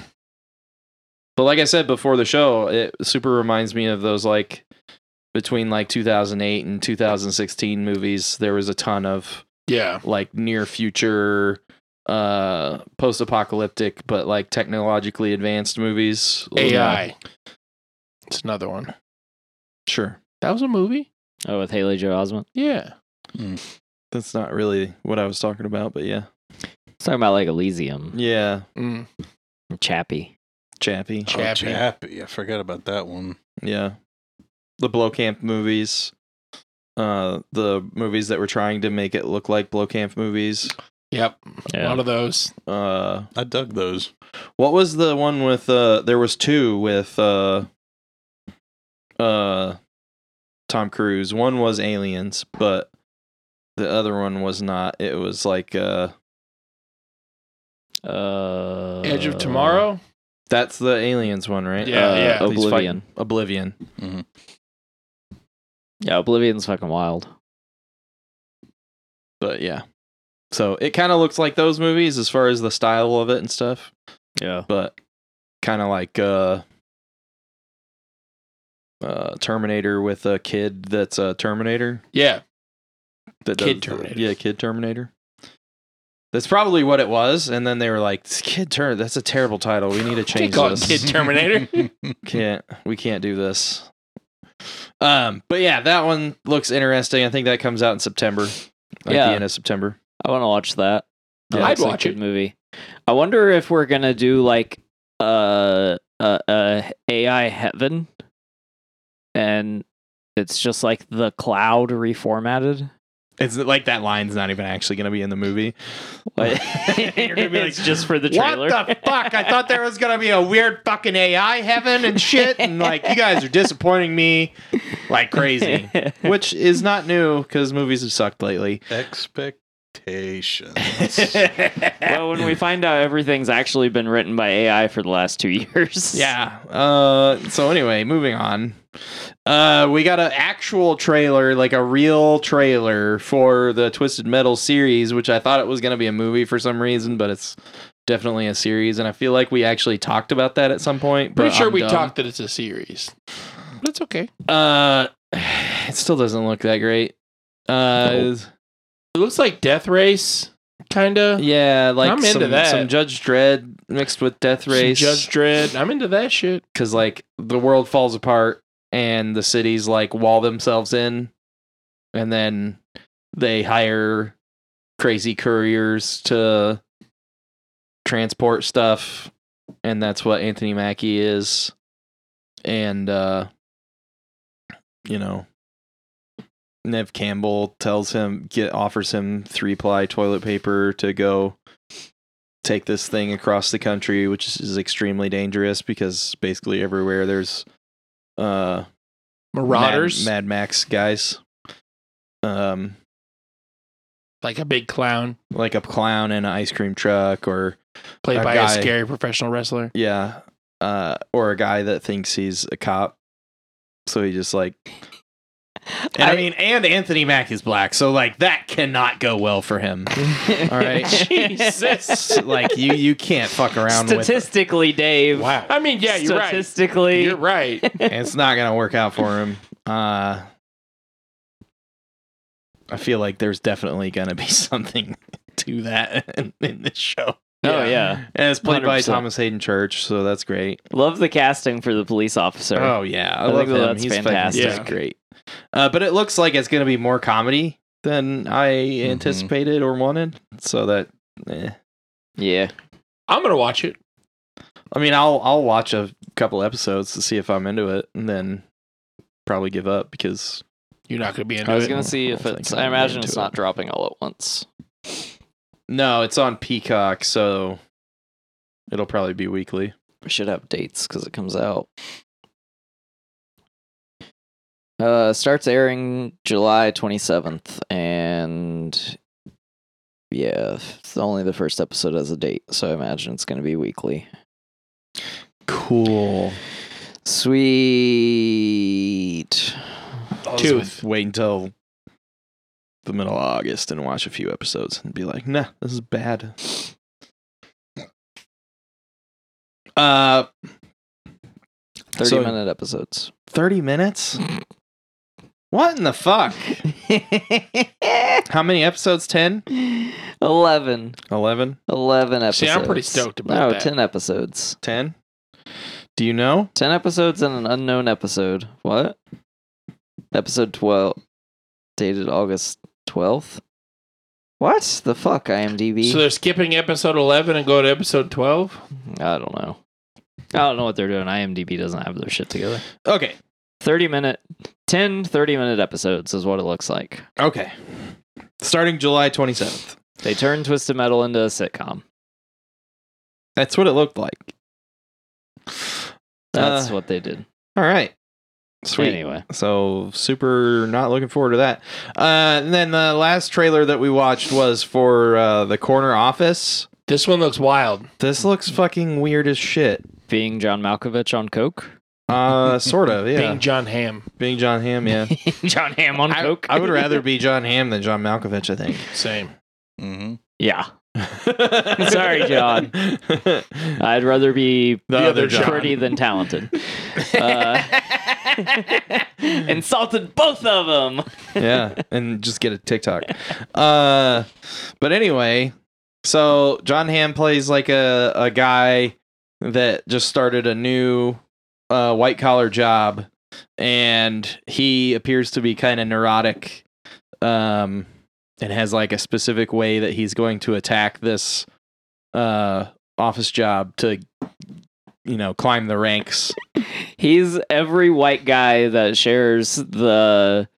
B: But like I said before the show, it super reminds me of those like between like 2008 and 2016 movies. There was a ton of
A: Yeah.
B: like near future uh post-apocalyptic but like technologically advanced movies
A: AI. It's another one.
B: sure
A: That was a movie?
D: Oh, with Haley Joe Osment.
A: Yeah.
B: that's not really what i was talking about but yeah
D: It's talking about like Elysium,
B: yeah
A: Mm.
D: Chappie.
B: chappie
C: Oh,
A: Chappie.
C: Chappie. I forgot about that one.
B: yeah the blow camp movies uh the movies that were trying to make it look like blow camp movies
A: Yep. A
D: Yeah.
A: lot of those.
B: uh
C: I dug those.
B: what was the one with uh there was two with uh uh tom cruise one was aliens but the other one was not it was like uh
D: Uh,
A: Edge of Tomorrow?
B: That's the aliens one, right?
A: Yeah,
B: Uh,
A: yeah.
B: he's fighting-
D: Oblivion.
B: Oblivion.
D: Yeah, Oblivion's fucking wild.
B: But yeah. So it kind of looks like those movies as far as the style of it and stuff,
D: Yeah.
B: but kind of like uh uh Terminator with a kid that's a Terminator.
A: Yeah.
B: That
A: Kid
B: does the-
A: Terminator.
B: yeah, kid Terminator. That's probably what it was, and then they were like, "This "Kid Turn, that's a terrible title. We need to change
A: call it
B: this."
A: Kid Terminator.
B: can't we can't do this um but yeah that one looks interesting i think that comes out in september like
D: Yeah.
B: the end of september
D: I want to watch that.
A: I'd
D: looks like
A: watch
D: a good
A: it.
D: movie. I wonder if we're gonna do like uh, uh, uh AI heaven, and it's just like the cloud reformatted.
B: It's like that line's not even actually going to be in the movie.
D: Like,
B: You're gonna be like,
D: it's just for the
B: What
D: trailer.
B: the fuck? I thought there was going to be a weird fucking AI heaven and shit. And like, you guys are disappointing me like crazy, which is not new because movies have sucked lately.
C: Expectations.
A: Eh.
D: well, when we find out everything's actually been written by AI for the last two years.
B: Yeah. Uh, so anyway, moving on. Uh, we got an actual trailer, like a real trailer for the Twisted Metal series, which I thought it was going to be a movie for some reason, but it's definitely a series. And I feel like we actually talked about that at some point. But
A: Pretty sure
B: I'm
A: we
B: dumb.
A: talked that it's a series. That's okay.
B: Uh, it still doesn't look that great. Uh,
A: It looks like Death Race, kind of.
B: yeah, like
A: I'm into
B: some,
A: that.
B: some Judge Dredd mixed with Death Race.
A: Judge Dredd. I'm into that shit.
B: because like the world falls apart and the cities like wall themselves in and then they hire crazy couriers to transport stuff and that's what anthony mackie is and uh you know nev campbell tells him get offers him three ply toilet paper to go take this thing across the country, which is- is extremely dangerous because basically everywhere there's uh
A: Marauders,
B: Mad, Mad Max guys. Um
A: like a big clown
B: like a clown in an ice cream truck or
A: played
B: A
A: by
B: guy.
A: a scary professional wrestler.
B: yeah, uh or a guy that thinks he's a cop. So he just like and I,
D: I-
B: mean and Anthony Mack is black, so like that cannot go well for him. All right.
D: Jesus.
B: like you you can't fuck around with
D: Statistically, Dave.
C: wow.
A: I mean, Oh, yeah, you're right.
D: Statistically,
A: You're right.
B: it's not gonna work out for him. Uh, I feel like there's definitely gonna be something to that in, in this show.
D: Oh yeah.
B: and it's played by
D: 100%.
B: Thomas Hayden Church, so that's great.
D: Love the casting for the police officer.
B: Oh yeah, I,
D: I
B: love
D: think
B: him.
D: that's
B: He's
D: fantastic.
B: fantastic.
A: Yeah.
B: great. Uh, but it looks like it's gonna be more comedy than I anticipated or wanted. So that, eh.
D: Yeah.
A: I'm gonna watch it.
B: I mean, I'll I'll watch a couple episodes to see if I'm into it, and then probably give up because
A: You're not gonna be into
D: I was
A: it.
D: gonna see if
B: Well,
D: it's.
B: thank you.
D: I imagine
B: Into
D: it's
B: it.
D: not dropping all at once.
B: No, it's on Peacock, so it'll probably be weekly.
D: We should have dates because it comes out. Uh, starts airing July 27th, and yeah, it's only the first episode has a date, so I imagine it's going to be weekly.
B: Cool.
D: Sweet.
A: Tooth.
B: Wait until the middle of August and watch a few episodes and be like, nah, this is bad. Uh,
D: 30
B: So-
D: minute episodes.
B: 30 minutes? what in the fuck? How many episodes? 10?
D: 11.
B: 11?
D: 11 episodes.
A: See, I'm pretty stoked about
D: No,
A: that.
D: 10 episodes.
B: 10? Do you know?
D: 10 episodes and an unknown episode. What? Episode 12. Dated August 12th? What the fuck, IMDb?
A: So they're skipping episode 11 and go to episode 12.
D: I don't know. I don't know what they're doing. IMDb doesn't have their shit together.
B: Okay.
D: 30 minute, 10 30 minute episodes is what it looks like.
B: Okay. Starting July 27th.
D: They turned Twisted Metal into a sitcom.
B: That's what it looked like. Uh,
D: That's what they did.
B: All right. Sweet.
D: Anyway.
B: So super not looking forward to that. Uh, and then the last trailer that we watched was for uh, the corner office.
A: This one looks wild.
B: This looks fucking weird as shit.
D: Being John Malkovich on Coke?
B: Uh, sort of. Yeah.
A: Being John Hamm.
B: Being John Hamm. Yeah.
D: John Hamm on
B: I,
D: Coke?
B: I would rather be John Hamm than John Malkovich. I think.
A: Same.
C: hmm
D: Yeah. Sorry, John. I'd rather be
B: The
A: other John.
D: pretty than talented. Uh, insulted both of them.
B: yeah, and just get a TikTok. Uh, but anyway, so John Hamm plays like a a guy that just started a new uh, white collar job, and he appears to be kind of neurotic. Um, and has like a specific way that he's going to attack this uh office job to you know climb the ranks
D: He's every white guy that shares the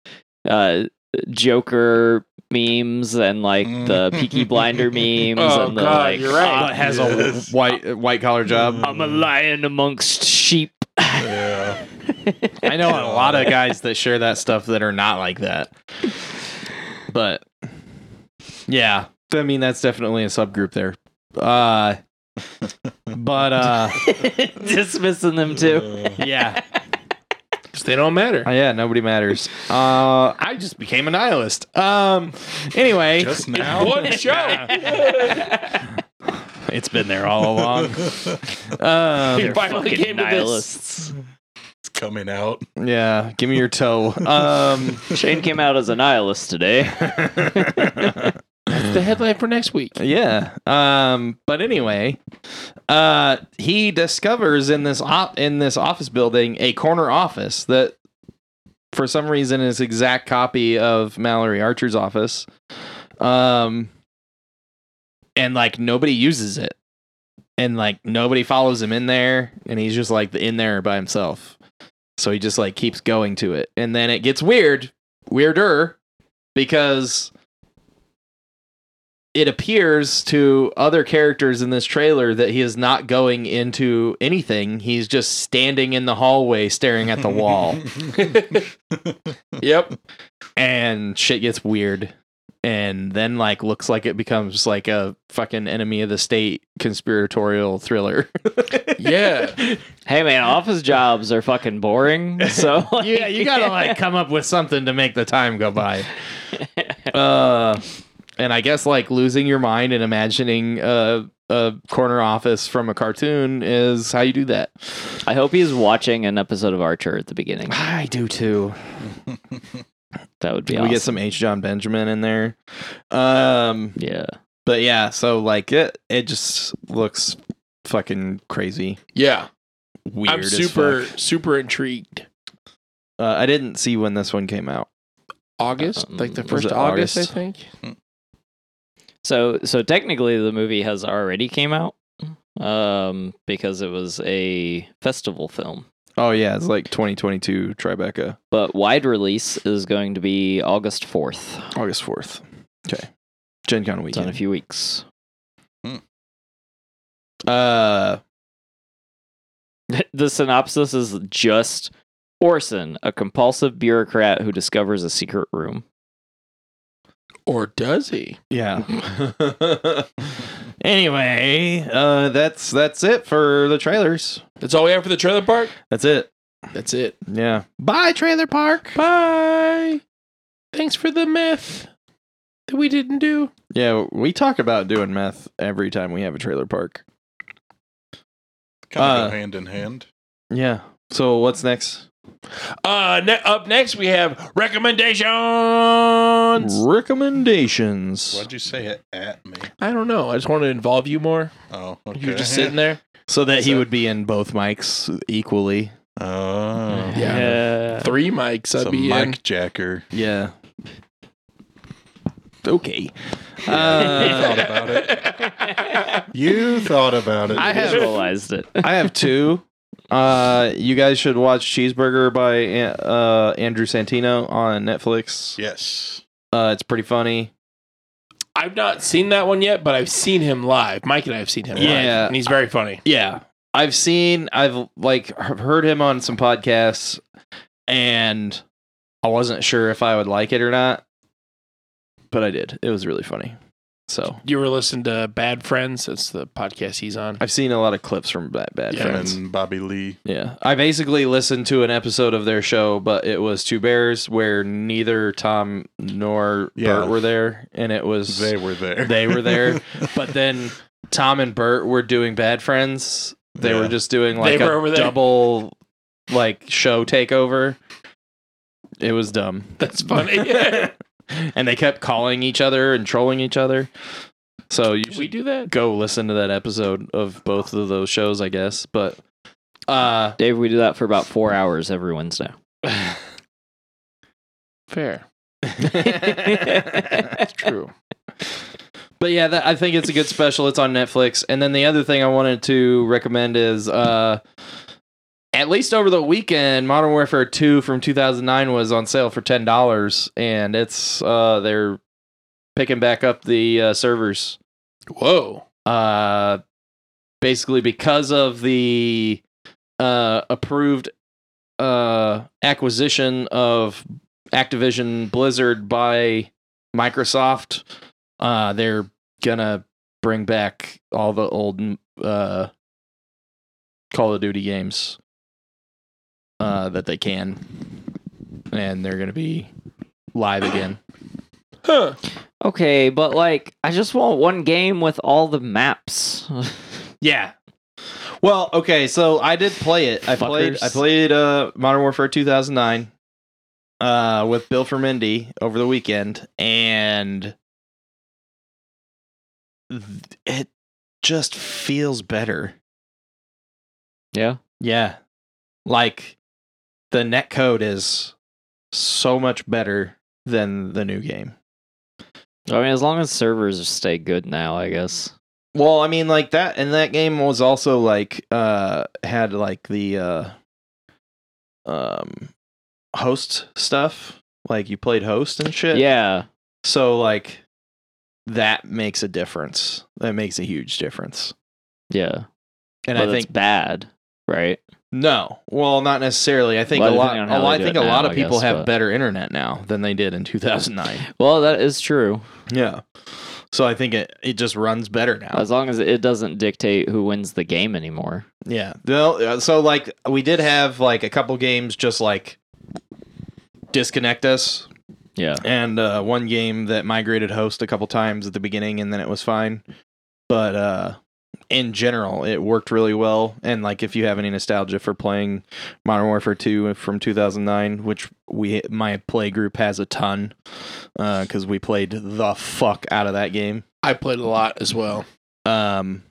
D: uh, Joker memes and like the Peaky Blinder memes.
A: Oh,
D: and the,
A: God,
D: like,
A: you're right.
B: uh, has a
C: Yes.
B: white white collar job
D: I'm a lion amongst sheep.
C: Yeah.
B: i know a lot of guys that share that stuff that are not like that but yeah i mean that's definitely a subgroup there uh but uh
D: Dismissing them too.
B: yeah
A: 'Cause they don't matter.
B: Uh, yeah, nobody matters. Uh, I just became a nihilist. Um, anyway,
C: Just now.
A: One show.
B: it's been there all along. Um,
A: He finally
D: fucking
A: came to this.
D: nihilists.
C: It's coming out.
B: yeah, give me your toe. Um,
D: Shane came out as a nihilist today.
A: That's the headline for next week.
B: yeah. Um, but anyway, uh, he discovers in this op- in this office building a corner office that, for some reason, is exact copy of Mallory Archer's office. Um, and like nobody uses it, and like nobody follows him in there, and he's just like in there by himself. So he just like keeps going to it, and then it gets weird, weirder, because it appears to other characters in this trailer that he is not going into anything. He's just standing in the hallway staring at the wall.
A: Yep.
B: and shit gets weird. And then like looks like it becomes like a fucking enemy of the state conspiratorial thriller.
A: Yeah.
D: Hey man, office jobs are fucking boring. So
B: yeah, you gotta like come up with something to make the time go by. Uh, and I guess like losing your mind and imagining a, a corner office from a cartoon is how you do that.
D: I hope he's watching an episode of Archer at the beginning.
B: I do too.
D: That would be
B: We
D: awesome.
B: get some H. John Benjamin in there. Um,
D: yeah.
B: but yeah, so like it, it just looks fucking crazy.
A: Yeah.
B: Weird.
A: I'm
B: as
A: super,
B: fuck.
A: super intrigued.
B: Uh, I didn't see when this one came out.
A: August, like the
D: Um,
A: first
B: Uh, mm, was it
A: August,
B: August?
A: I think.
D: So so technically the movie has already came out um because it was a festival film.
B: Oh yeah, it's like 2022 Tribeca,
D: But wide release is going to be August 4th.
B: August 4th. Okay, Gen Con
D: It's in a
B: weekend.
D: few weeks.
B: Uh,
D: The synopsis is just Orson, a compulsive bureaucrat who discovers a secret room.
A: Or does he?
B: yeah. anyway, uh, that's that's it for the trailers.
A: That's all we have for the trailer park.
B: That's it.
A: That's it.
B: Yeah. Bye, trailer park.
A: Bye. Thanks for the myth that we didn't do.
B: Yeah, we talk about doing meth every time we have a trailer park.
C: Kind of
B: Uh,
C: go hand in hand.
B: Yeah. So what's next?
A: Uh, ne- up next we have recommendations.
B: Recommendations.
C: Why'd you say it at me?
A: I don't know. I just want to involve you more.
C: Oh, okay.
A: You're just sitting there.
B: So that he
C: So-
B: would be in both mics equally.
C: Oh.
A: Yeah. Three mics. I'd
C: Some
A: be
C: mic
A: in.
C: jacker.
B: Yeah. Okay.
C: thought
B: Uh,
C: about it. You thought about it.
B: I have-
D: Visualized it.
B: I have two. Uh, you guys should watch Cheeseburger by An- uh, Andrew Santino on Netflix.
C: Yes.
B: Uh, it's pretty funny.
A: I've not seen that one yet, but I've seen him live. Mike and I have seen him live,
B: Yeah.
A: and he's very funny.
B: Yeah, I've seen, I've like he- heard him on some podcasts, and I wasn't sure if I would like it or not, but I did. It was really funny. So
A: You were listening to Bad Friends. That's the podcast he's on.
B: I've seen a lot of clips from Bad, Bad
A: Yeah.
B: Friends.
C: And Bobby Lee.
B: Yeah. I basically listened to an episode of their show, but it was Two Bears where neither Tom nor
C: Yeah.
B: Bert were there. And it was,
C: They were there.
B: They were there. but then Tom and Bert were doing Bad Friends. They were
C: Yeah.
B: just doing like
A: They were over
B: a
A: there.
B: double like show takeover. It was dumb.
A: That's funny.
B: and they kept calling each other and trolling each other. So you
A: Did
B: should
A: we do that?
B: go listen to that episode of both of those shows, I guess. But uh
D: Dave, we do that for about 4 hours every Wednesday.
A: Fair.
B: but
A: True.
B: yeah, that, I think it's a good special. It's on Netflix. And then the other thing I wanted to recommend is uh, at least over the weekend, Modern Warfare 2 from 2009 was on sale for $10. And it's, uh, they're picking back up the uh, servers.
A: Whoa.
B: uh basically because of the uh approved uh acquisition of Activision Blizzard by Microsoft uh they're gonna bring back all the old uh Call of Duty games uh that they can and they're gonna be live again
A: Huh.
D: Okay, but like, I just want one game with all the maps.
B: Yeah. Well, okay, so I did play it. I played
D: Fuckers.
B: I played uh Modern Warfare 2009 uh with Bill Fermendi over the weekend and th- it just feels better.
D: yeah.
B: Yeah. Like the net code is so much better than the new game.
D: I mean, as long as servers stay good now, I guess.
B: Well, I mean, like that, and that game was also like uh had like the uh um host stuff. Like you played host and shit.
D: Yeah.
B: So like that makes a difference. That makes a huge difference.
D: Yeah.
B: And
D: but
B: I
D: it's
B: think
D: bad, right?
B: no, well, not necessarily. I think
D: Well,
B: a lot.
D: depending on
B: a
D: how
B: lot-
D: they
B: I
D: do
B: think
D: it
B: a lot
D: now,
B: of
D: I
B: people
D: guess,
B: have
D: but-
B: better internet now than they did in 2009.
D: Well, that is true.
B: yeah. So I think it it just runs better now.
D: As long as it doesn't dictate who wins the game anymore.
B: Yeah. Well, uh, so like we did have like a couple games just like disconnect us,
D: Yeah.
B: and uh, one game that migrated host a couple times at the beginning, and then it was fine. But uh, in general, it worked really well. And like if you have any nostalgia for playing Modern Warfare Two from 2009, which we my play group has a ton because we played the fuck out of that game
A: I played a lot as well.
B: um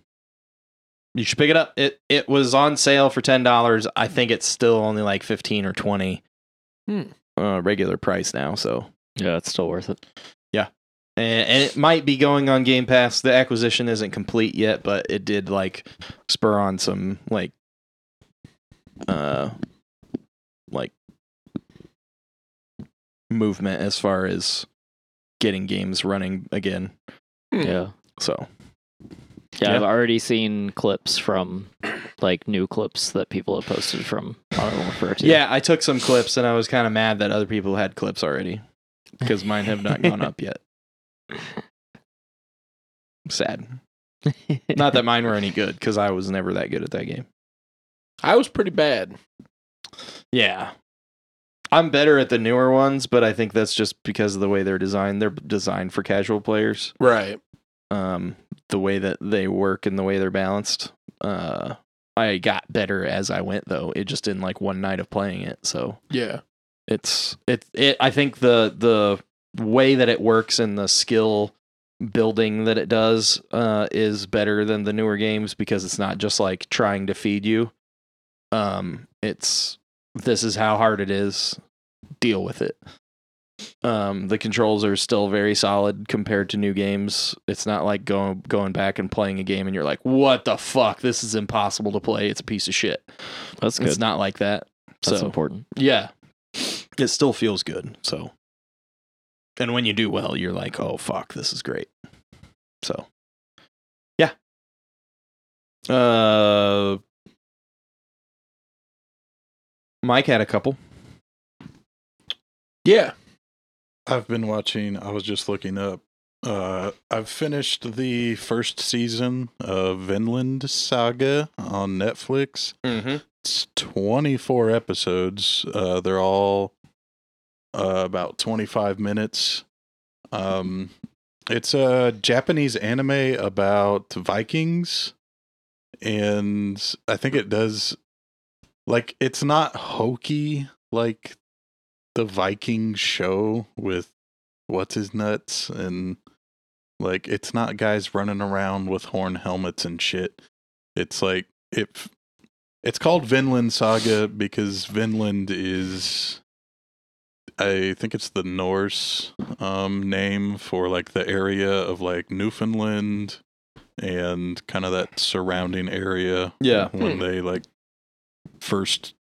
B: you should pick it up it it was on sale for ten dollars i think it's still only like 15 or 20
A: Hmm.
B: uh regular price now so
D: Yeah, it's still worth it.
B: and, and it might be going on game pass the acquisition isn't complete yet but it did like spur on some like uh like movement as far as getting games running again
A: Hmm.
D: Yeah.
B: so
D: Yeah,
B: Yeah.
D: I've already seen clips from like new clips that people have posted from Modern Warfare 2.
B: Yeah, I took some clips and I was kind of mad that other people had clips already because mine have not gone up yet. Sad. Not that mine were any good because I was never that good at that game.
A: I was pretty bad.
B: Yeah. I'm better at the newer ones, but I think that's just because of the way they're designed. They're designed for casual players.
A: Right.
B: Um, the way that they work and the way they're balanced. Uh, I got better as I went though. It just didn't like one night of playing it, so
A: Yeah.
B: it's it it i think the the way that it works and the skill building that it does uh is better than the newer games because it's not just like trying to feed you um it's this is how hard it is deal with it um the controls are still very solid compared to new games it's not like going going back and playing a game and you're like what the fuck this is impossible to play it's a piece of shit
D: that's good.
B: it's not like that
D: that's
B: so
D: important.
B: yeah. It still feels good. So, and when you do well, you're like, oh, fuck, this is great. So, yeah. Uh, Mike had a couple.
A: Yeah.
C: I've been watching. I was just looking up. Uh, I've finished the first season of Vinland Saga on Netflix.
B: Mm-hmm.
C: It's 24 episodes. Uh, they're all uh, about 25 minutes. Um, it's a Japanese anime about Vikings, and I think it does like it's not hokey like the Viking show with what's his nuts and like it's not guys running around with horn helmets and shit. It's like it it's called Vinland Saga because Vinland is I think it's the Norse um, name for like the area of like Newfoundland and kind of that surrounding area.
B: Yeah.
C: when
A: Hmm.
C: they like first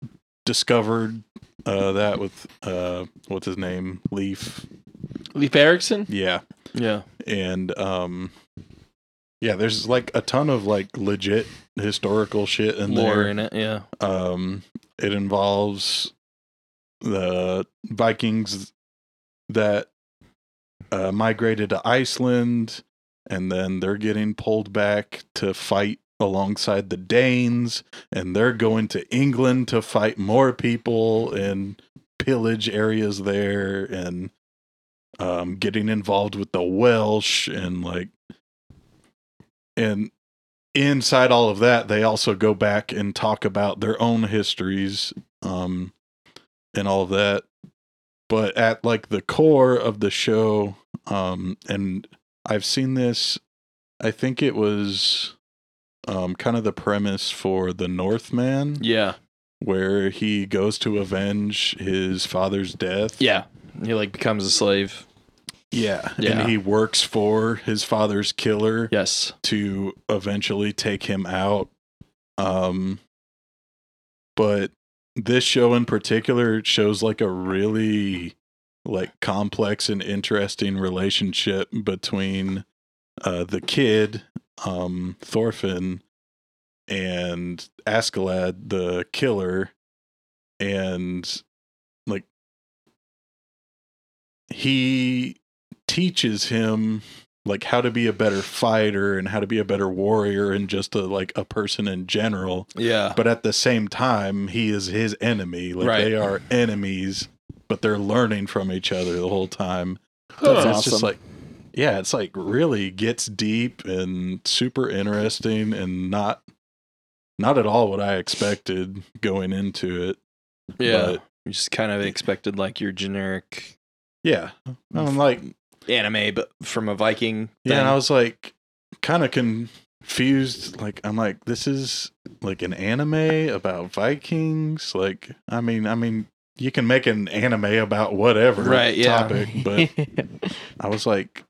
C: discovered uh, that with uh, what's his name Leaf.
A: Leif Erikson?
C: Yeah,
B: Yeah.
C: and um, yeah, there's like a ton of like legit historical shit in
B: Lore
C: there.
B: in it. Yeah.
C: Um, it involves the Vikings that uh, migrated to Iceland, and then they're getting pulled back to fight alongside the Danes, and they're going to England to fight more people and pillage areas there, and um, getting involved with the Welsh, and like, and inside all of that, they also go back and talk about their own histories um, and all of that. But at like the core of the show, um, and I've seen this, I think it was um, kind of the premise for The Northman,
B: Yeah.
C: where he goes to avenge his father's death.
B: Yeah. He like becomes a slave.
C: Yeah.
B: Yeah.
C: And he works for his father's killer.
B: Yes.
C: to eventually take him out. Um, but this show in particular shows like a really like complex and interesting relationship between uh, the kid, um, Thorfinn, and Askeladd, the killer, and like he teaches him like how to be a better fighter and how to be a better warrior and just a like a person in general
B: Yeah.
C: but at the same time he is his enemy like
B: Right.
C: they are enemies but they're learning from each other the whole time
A: Huh.
C: and it's just like yeah it's like really gets deep and super interesting and not not at all what i expected going into it
B: Yeah.
C: but
B: you just kind of expected like your generic
C: yeah i'm like
B: anime, but from a Viking.
C: Yeah,
B: thing.
C: and I was like kind of confused. Like I'm like, this is like an anime about Vikings. Like I mean, I mean, you can make an anime about whatever
B: Right, yeah.
C: topic, but I was like,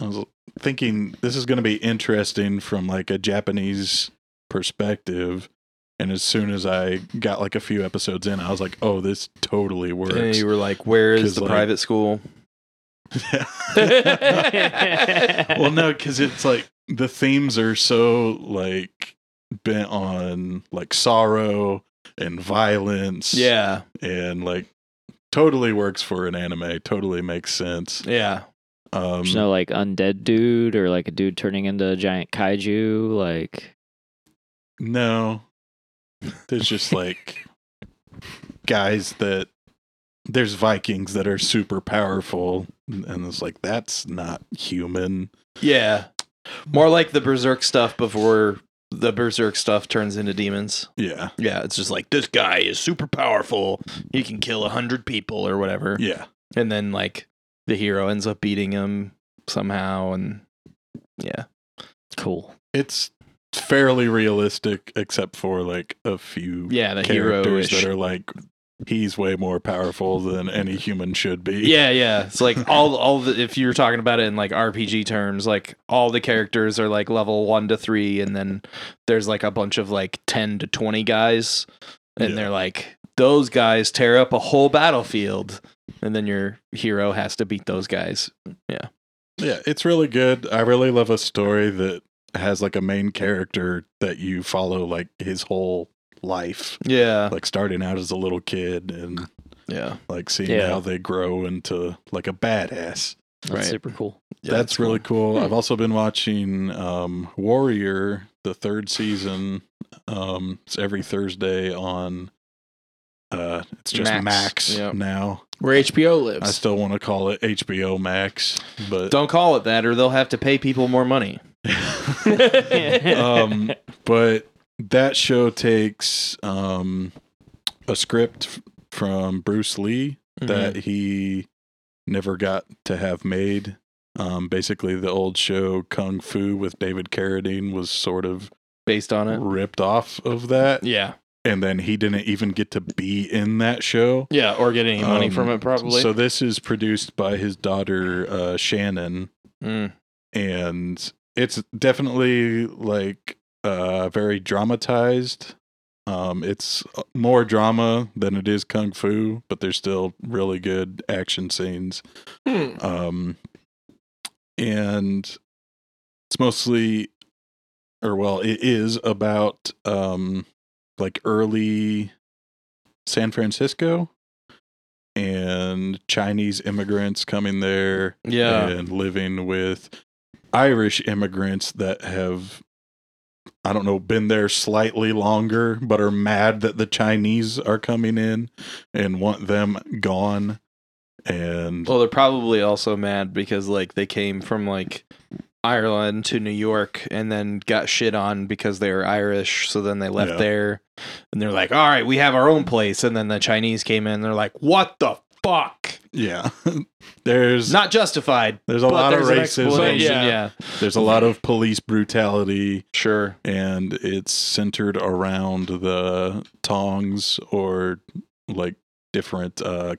C: I was thinking this is going to be interesting from like a Japanese perspective. And as soon as I got like a few episodes in, I was like, "Oh, this totally
B: And
C: works."
B: you were like, "Where is
C: 'Cause,
B: the
C: like-
B: private school?"
C: well no because it's like the themes are so like bent on like sorrow and violence
B: Yeah,
C: and like totally works for an anime totally makes sense
B: yeah,
C: um
D: There's no like undead dude or like a dude turning into a giant kaiju. Like,
C: no there's just like guys that there's vikings that are super powerful and it's like that's not human
B: yeah. More like the berserk stuff before the berserk stuff turns into demons.
C: yeah
B: Yeah, it's just like this guy is super powerful. He can kill a hundred people or whatever,
C: yeah
B: and then like the hero ends up beating him somehow, and yeah,
D: cool.
C: it's fairly realistic except for like a few
B: yeah, the hero
C: characters that are like he's way more powerful than any human should be.
B: Yeah, yeah. It's like all all the if you were talking about it in like RPG terms, like all the characters are like level one to three, and then there's like a bunch of like ten to twenty guys, and
C: Yeah.
B: they're like those guys tear up a whole battlefield, and then your hero has to beat those guys.
C: Yeah, it's really good. I really love a story that has like a main character that you follow like his whole life.
B: Yeah,
C: Like starting out as a little kid and
B: yeah,
C: like seeing
D: Yeah.
C: how they grow into like a badass.
D: That's
B: Right.
D: super cool.
B: Yeah,
C: that's really cool.
A: Hmm.
C: I've also been watching um, Warrior, the third season. Um, it's every Thursday on. Uh, it's just
B: Max.
C: Max,
B: Yep.
C: now.
A: Where HBO lives.
C: I still want to call it HBO Max, but
B: Don't call it that, or they'll have to pay people more money.
C: um, but that show takes um, a script f- from Bruce Lee
B: Mm-hmm.
C: that he never got to have made. Um, basically, the old show Kung Fu with David Carradine was sort of
B: based on it.
C: ripped off of that,
B: Yeah,
C: and then he didn't even get to be in that show.
B: Yeah, or get any money
C: Um,
B: from it probably.
C: So this is produced by his daughter uh, Shannon,
B: Mm.
C: and it's definitely like uh, very dramatized. Um, it's more drama than it is kung fu, but there's still really good action scenes.
A: Hmm.
C: Um, and it's mostly, or well, it is about um, like early San Francisco and Chinese immigrants coming there
B: Yeah.
C: and living with Irish immigrants that have, I don't know, been there slightly longer, but are mad that the Chinese are coming in and want them gone. And
B: Well, they're probably also mad because like they came from like Ireland to New York and then got shit on because they were Irish. So then they left
C: Yeah.
B: there and they're like, all right, we have our own place. And then the Chinese came in. They're like, what the fuck?
C: yeah, there's
B: Not justified.
C: there's a
B: but
C: lot of
B: there's an
C: racism.
B: explanation.
A: But yeah.
B: Yeah.
C: There's a lot of police brutality,
B: Sure.
C: and it's centered around the tongs or like different uh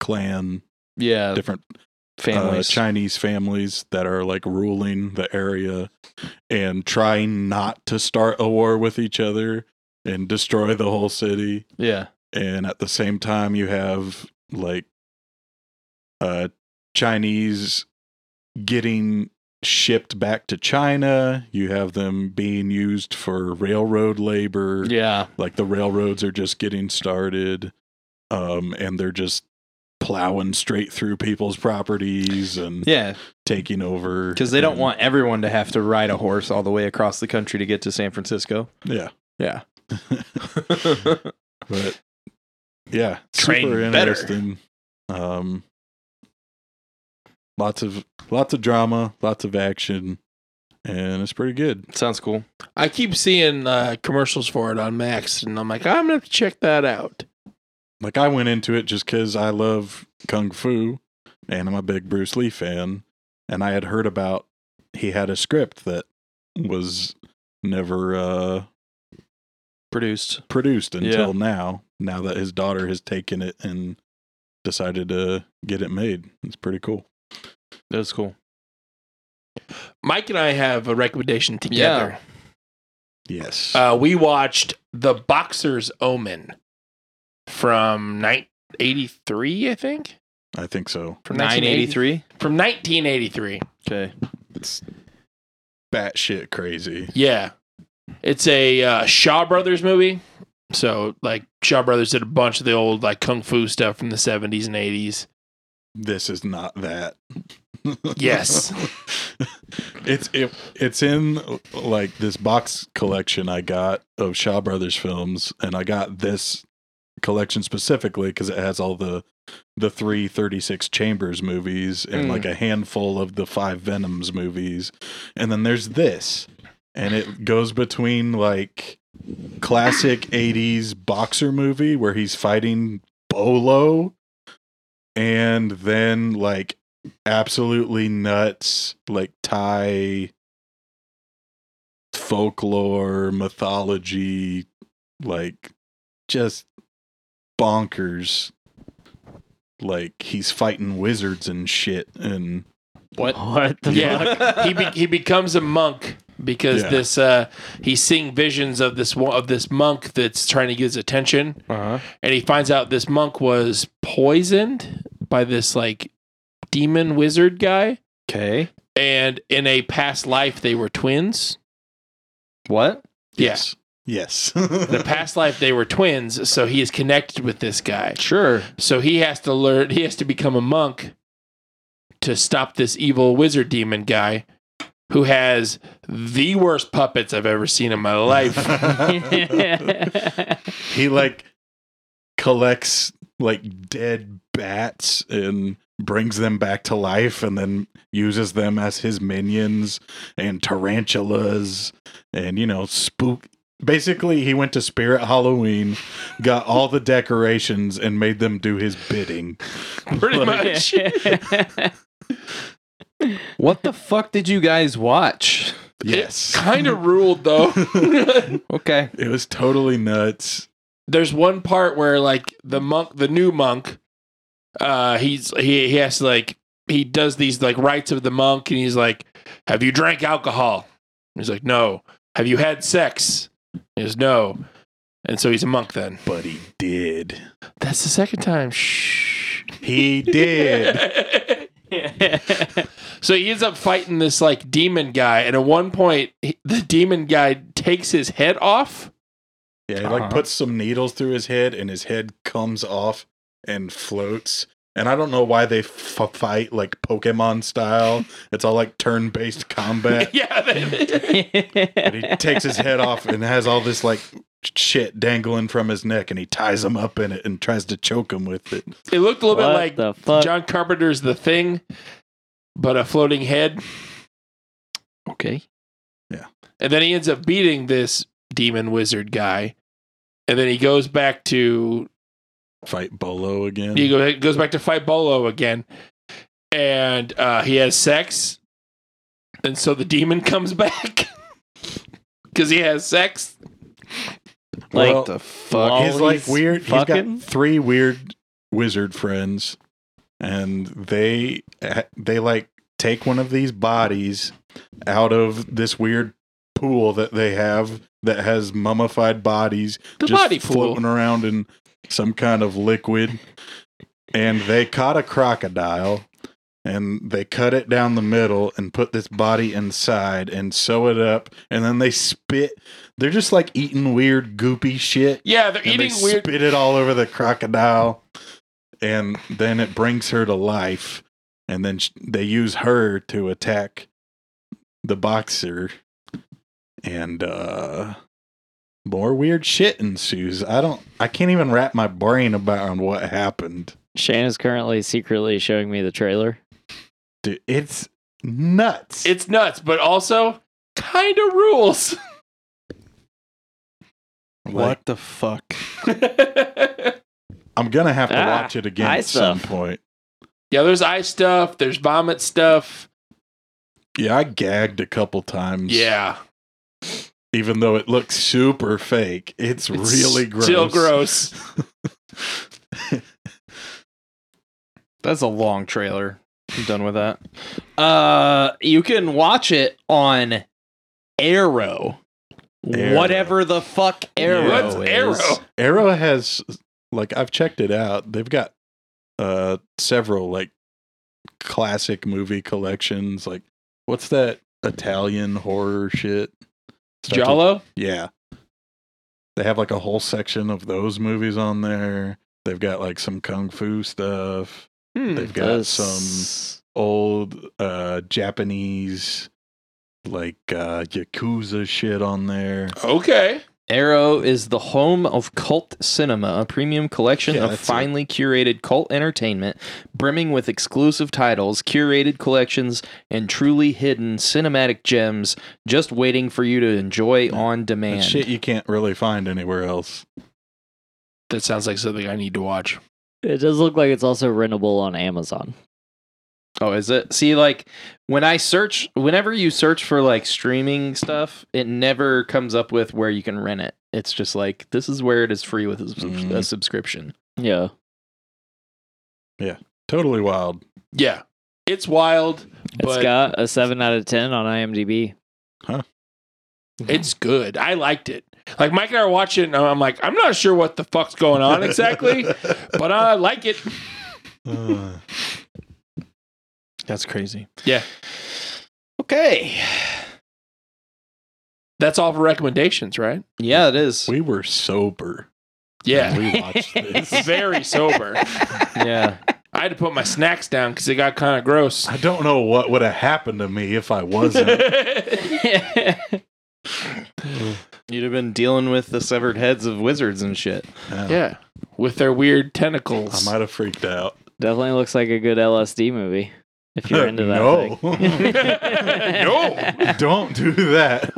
C: clan,
B: Yeah.
C: different uh,
B: Families.
C: Chinese families that are like ruling the area and trying not to start a war with each other and destroy the whole city.
B: yeah.
C: And at the same time, you have like uh, Chinese getting shipped back to China. You have them being used for railroad labor
B: Yeah.
C: like the railroads are just getting started um and they're just plowing straight through people's properties and
B: Yeah.
C: taking over
B: Because they don't
C: and-
B: want everyone to have to ride a horse all the way across the country to get to San Francisco.
C: yeah
B: Yeah.
C: but yeah
B: Train
C: super
B: better.
C: interesting um lots of lots of drama lots of action and it's pretty good
B: Sounds cool.
A: I keep seeing uh, commercials for it on Max, and I'm like, I'm gonna have to check that out.
C: like I went into it just because I love kung fu and I'm a big Bruce Lee fan, and I had heard about he had a script that was never uh,
B: Produced.
C: produced until now. Now that his daughter has taken it and decided to get it made, it's pretty cool.
B: That's cool.
A: Mike and I have a recommendation together.
C: Yes,
A: Uh, we watched The Boxer's Omen from 1983, I think.
C: I think so.
A: From 1983.
B: 983.
A: From 1983.
B: Okay.
C: It's batshit crazy.
A: Yeah. It's a uh, Shaw Brothers movie. So, like, Shaw Brothers did a bunch of the old, like, kung fu stuff from the 70s and 80s.
C: This is not that.
A: Yes.
C: it's it, it's in like this box collection I got of Shaw Brothers films, and I got this collection specifically because it has all the the three 36 chambers movies and
B: Mm.
C: like a handful of the five venoms movies and then there's this and it goes between like classic 80s boxer movie where he's fighting bolo and then like absolutely nuts like thai folklore mythology like just bonkers like he's fighting wizards and shit and
B: What?
D: What the
A: Yeah.
D: fuck?
A: he be- he becomes a monk because
C: Yeah.
A: this uh he's seeing visions of this wo- of this monk that's trying to get his attention
B: Uh-huh.
A: and he finds out this monk was poisoned by this like demon wizard guy
B: Okay.
A: and in a past life they were twins
B: What?
A: Yes.
C: yes
A: the past life they were twins so he is connected with this guy
B: Sure.
A: so he has to learn he has to become a monk to stop this evil wizard demon guy who has the worst puppets i've ever seen in my life
C: he like collects like dead bats and brings them back to life and then uses them as his minions and tarantulas and you know spook basically he went to spirit halloween got all the decorations and made them do his bidding
A: pretty
C: Like,
A: much
B: What the fuck did you guys watch?
C: Yes.
A: Kind of ruled though.
B: Okay.
C: It was totally nuts.
A: There's one part where like the monk, the new monk, uh, he's he he has to like he does these like rites of the monk, and he's like, "Have you drank alcohol?" And he's like, "No." Have you had sex? He goes, "No." And so he's a monk then.
C: But he did.
A: That's the second time. Shh.
C: He did.
A: So he ends up fighting this like demon guy, and at one point, he- the demon guy takes his head off.
C: yeah, he
B: Uh-huh.
C: like puts some needles through his head and his head comes off and floats. And I don't know why they f- fight like Pokemon style. It's all like turn based combat.
A: yeah, they-
C: but he takes his head off and has all this like shit dangling from his neck and he ties him up in it and tries to choke him with it.
A: it looked a little
D: What
A: bit
D: the
A: like
D: fuck?
A: John Carpenter's The Thing, but a floating head.
B: Okay.
A: And then he ends up beating this demon wizard guy, and then he goes back to
C: Fight Bolo again.
A: He go- goes back to fight Bolo again, and uh, he has sex, and so the demon comes back because he has sex.
D: like
C: Well,
B: the fuck?
D: Oh,
C: he's like
D: he's
C: weird.
D: fucking?
C: He's got three weird wizard friends, and they eh, they like take one of these bodies out of this weird pool that they have that has mummified bodies
A: The body pool.
C: floating around in some kind of liquid, and they caught a crocodile. And they cut it down the middle and put this body inside and sew it up. And then they spit. They're just like eating weird, goopy shit
A: Yeah, they're
C: and
A: eating
C: they
A: weird.
C: spit it all over the crocodile and then it brings her to life and then sh- they use her to attack the boxer and uh more weird shit ensues i don't i can't even wrap my brain about on what happened
D: Shane is currently secretly showing me the trailer.
C: Dude, it's nuts
A: it's nuts, but also kind of rules.
C: Like,
B: What the fuck?
A: yeah,
C: i'm gonna have to
D: Ah,
C: watch it again
D: eye
C: at some
D: stuff.
C: point
A: there's ice stuff. There's vomit stuff.
C: yeah i gagged a couple times
A: Yeah,
C: even though it looks super fake it's,
A: It's
C: really gross
A: Still gross.
B: That's a long trailer. I'm done with that. Uh, you can watch it on Arrow.
C: Arrow.
B: Whatever the fuck Arrow
A: What's
B: is.
A: Arrow?
C: Arrow has like I've checked it out. They've got uh several like classic movie collections. Like what's that Italian horror shit? Starts with-
A: Jalo.
C: yeah. They have like a whole section of those movies on there. They've got like some kung fu stuff.
A: Hmm.
C: They've got some old uh Japanese like uh yakuza shit on there.
A: Okay.
B: Arrow is the home of cult cinema, a premium collection
C: Yeah,
B: of
C: that's it.
B: finely curated cult entertainment, brimming with exclusive titles, curated collections, and truly hidden cinematic gems just waiting for you to enjoy on
C: That
B: demand.
C: shit you can't really find anywhere else.
A: That sounds like something I need to watch.
D: It does look like it's also rentable on Amazon.
B: Oh, is it? See, like when I search, whenever you search for like streaming stuff, it never comes up with where you can rent it. It's just like this is where it is free with a, subs-
C: Mm.
B: a subscription.
D: Yeah.
C: Totally wild.
A: Yeah, it's wild,
D: it's
A: but
D: got a 7 out of 10 on IMDb.
A: It's good. I liked it. Like Mike and I are watching, it, and I'm like, I'm not sure what the fuck's going on exactly, but I like it.
C: Uh,
B: That's crazy.
A: Yeah.
B: Okay.
A: That's all for recommendations, right?
B: Yeah, it is.
C: we were sober.
A: Yeah,
C: when we watched this.
A: very sober.
B: yeah.
A: I had to put my snacks down because it got kind of gross.
C: I don't know what would have happened to me if I wasn't.
A: yeah,
B: You'd have been dealing with the severed heads of wizards and shit.
C: Yeah,
A: with their weird
C: I
A: tentacles.
C: might have freaked out.
D: Definitely looks like a good LSD movie if you're into that.
C: no,
A: no,
C: don't do that.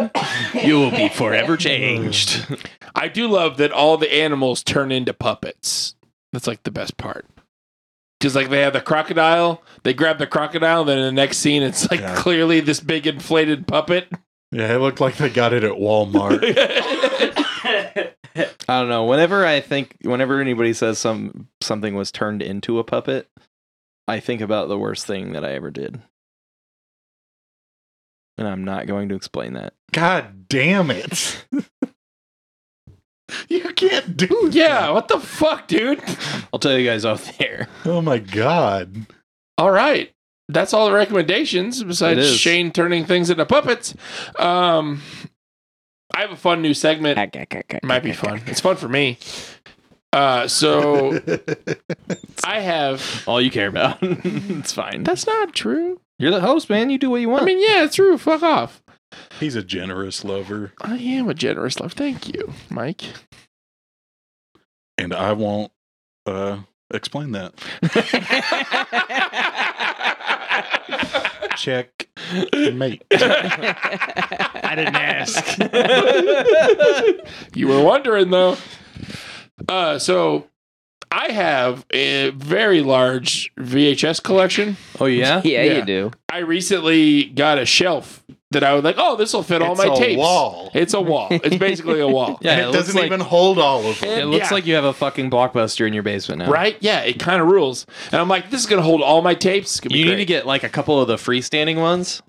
B: You will be forever changed.
A: I do love that all the animals turn into puppets. That's like the best part. Because like they have the crocodile, they grab the crocodile, then in the next scene it's like
C: Yeah.
A: clearly this big inflated puppet.
C: Yeah, it looked like they got it at Walmart.
B: I don't know. Whenever I think, whenever anybody says some something was turned into a puppet, I think about the worst thing that I ever did, and I'm not going to explain that.
C: God damn it. you can't do that.
A: yeah, what the fuck, dude?
B: I'll tell you guys off the air.
C: Oh my god.
A: All right. That's all the recommendations
B: It
A: besides
B: is.
A: Shane turning things into puppets. Um I have a fun new segment. It might be fun. It's fun for me. Uh so I have
B: All you care about. it's fine.
A: That's not true.
B: You're the host, man. You do what you want.
A: I mean, yeah, it's true. Fuck off.
C: He's a generous lover,
A: I am a generous love. Thank you, Mike.
C: and I won't uh explain that. Check mate.
A: I
D: didn't ask.
A: you were wondering though. Uh, so I have a very large VHS collection.
B: oh yeah.
D: yeah,
A: Yeah.
D: you do.
A: I recently got a shelf that I was like, "Oh, this will fit all
C: It's
A: my
C: a
A: tapes."
C: wall.
A: It's a wall. It's basically a wall.
B: Yeah.
C: and it, doesn't even hold all of them.
B: It looks
A: Yeah.
B: like you have a fucking blockbuster in your basement now.
A: Right? Yeah, it kind of rules. And I'm like, "This is gonna hold all my tapes." It's gonna be
B: You need to
A: great.
B: get like a couple of the freestanding ones.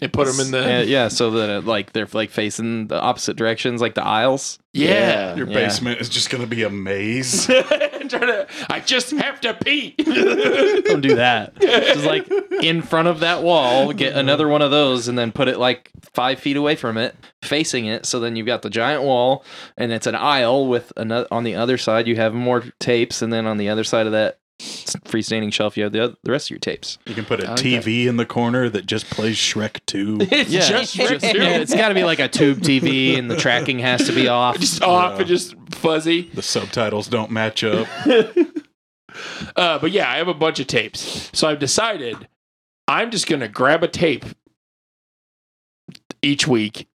A: and put them in the
B: Uh, yeah, so that it, like they're like facing the opposite directions, like the aisles.
A: yeah.
C: Your
B: Yeah.
C: basement is just gonna be a maze.
A: Trying to- I just have to pee.
B: Don't do that. Just like in front of that wall, get another one of those, and then put it like five feet away from it, facing it. So then you've got the giant wall, and it's an aisle with another on the other side. You have more tapes, and then on the other side of that freestanding shelf, you have the, oth- the rest of your tapes.
C: You can put a
A: I like that.
C: TV in the corner that just plays Shrek 2.
A: it's just,
B: just-
A: just-
B: yeah, it's got to be like a tube TV, and the tracking has to be off.
A: just off and just fuzzy.
C: the subtitles don't match up.
A: Uh, but yeah, I have a bunch of tapes. So I've decided I'm just going to grab a tape each week.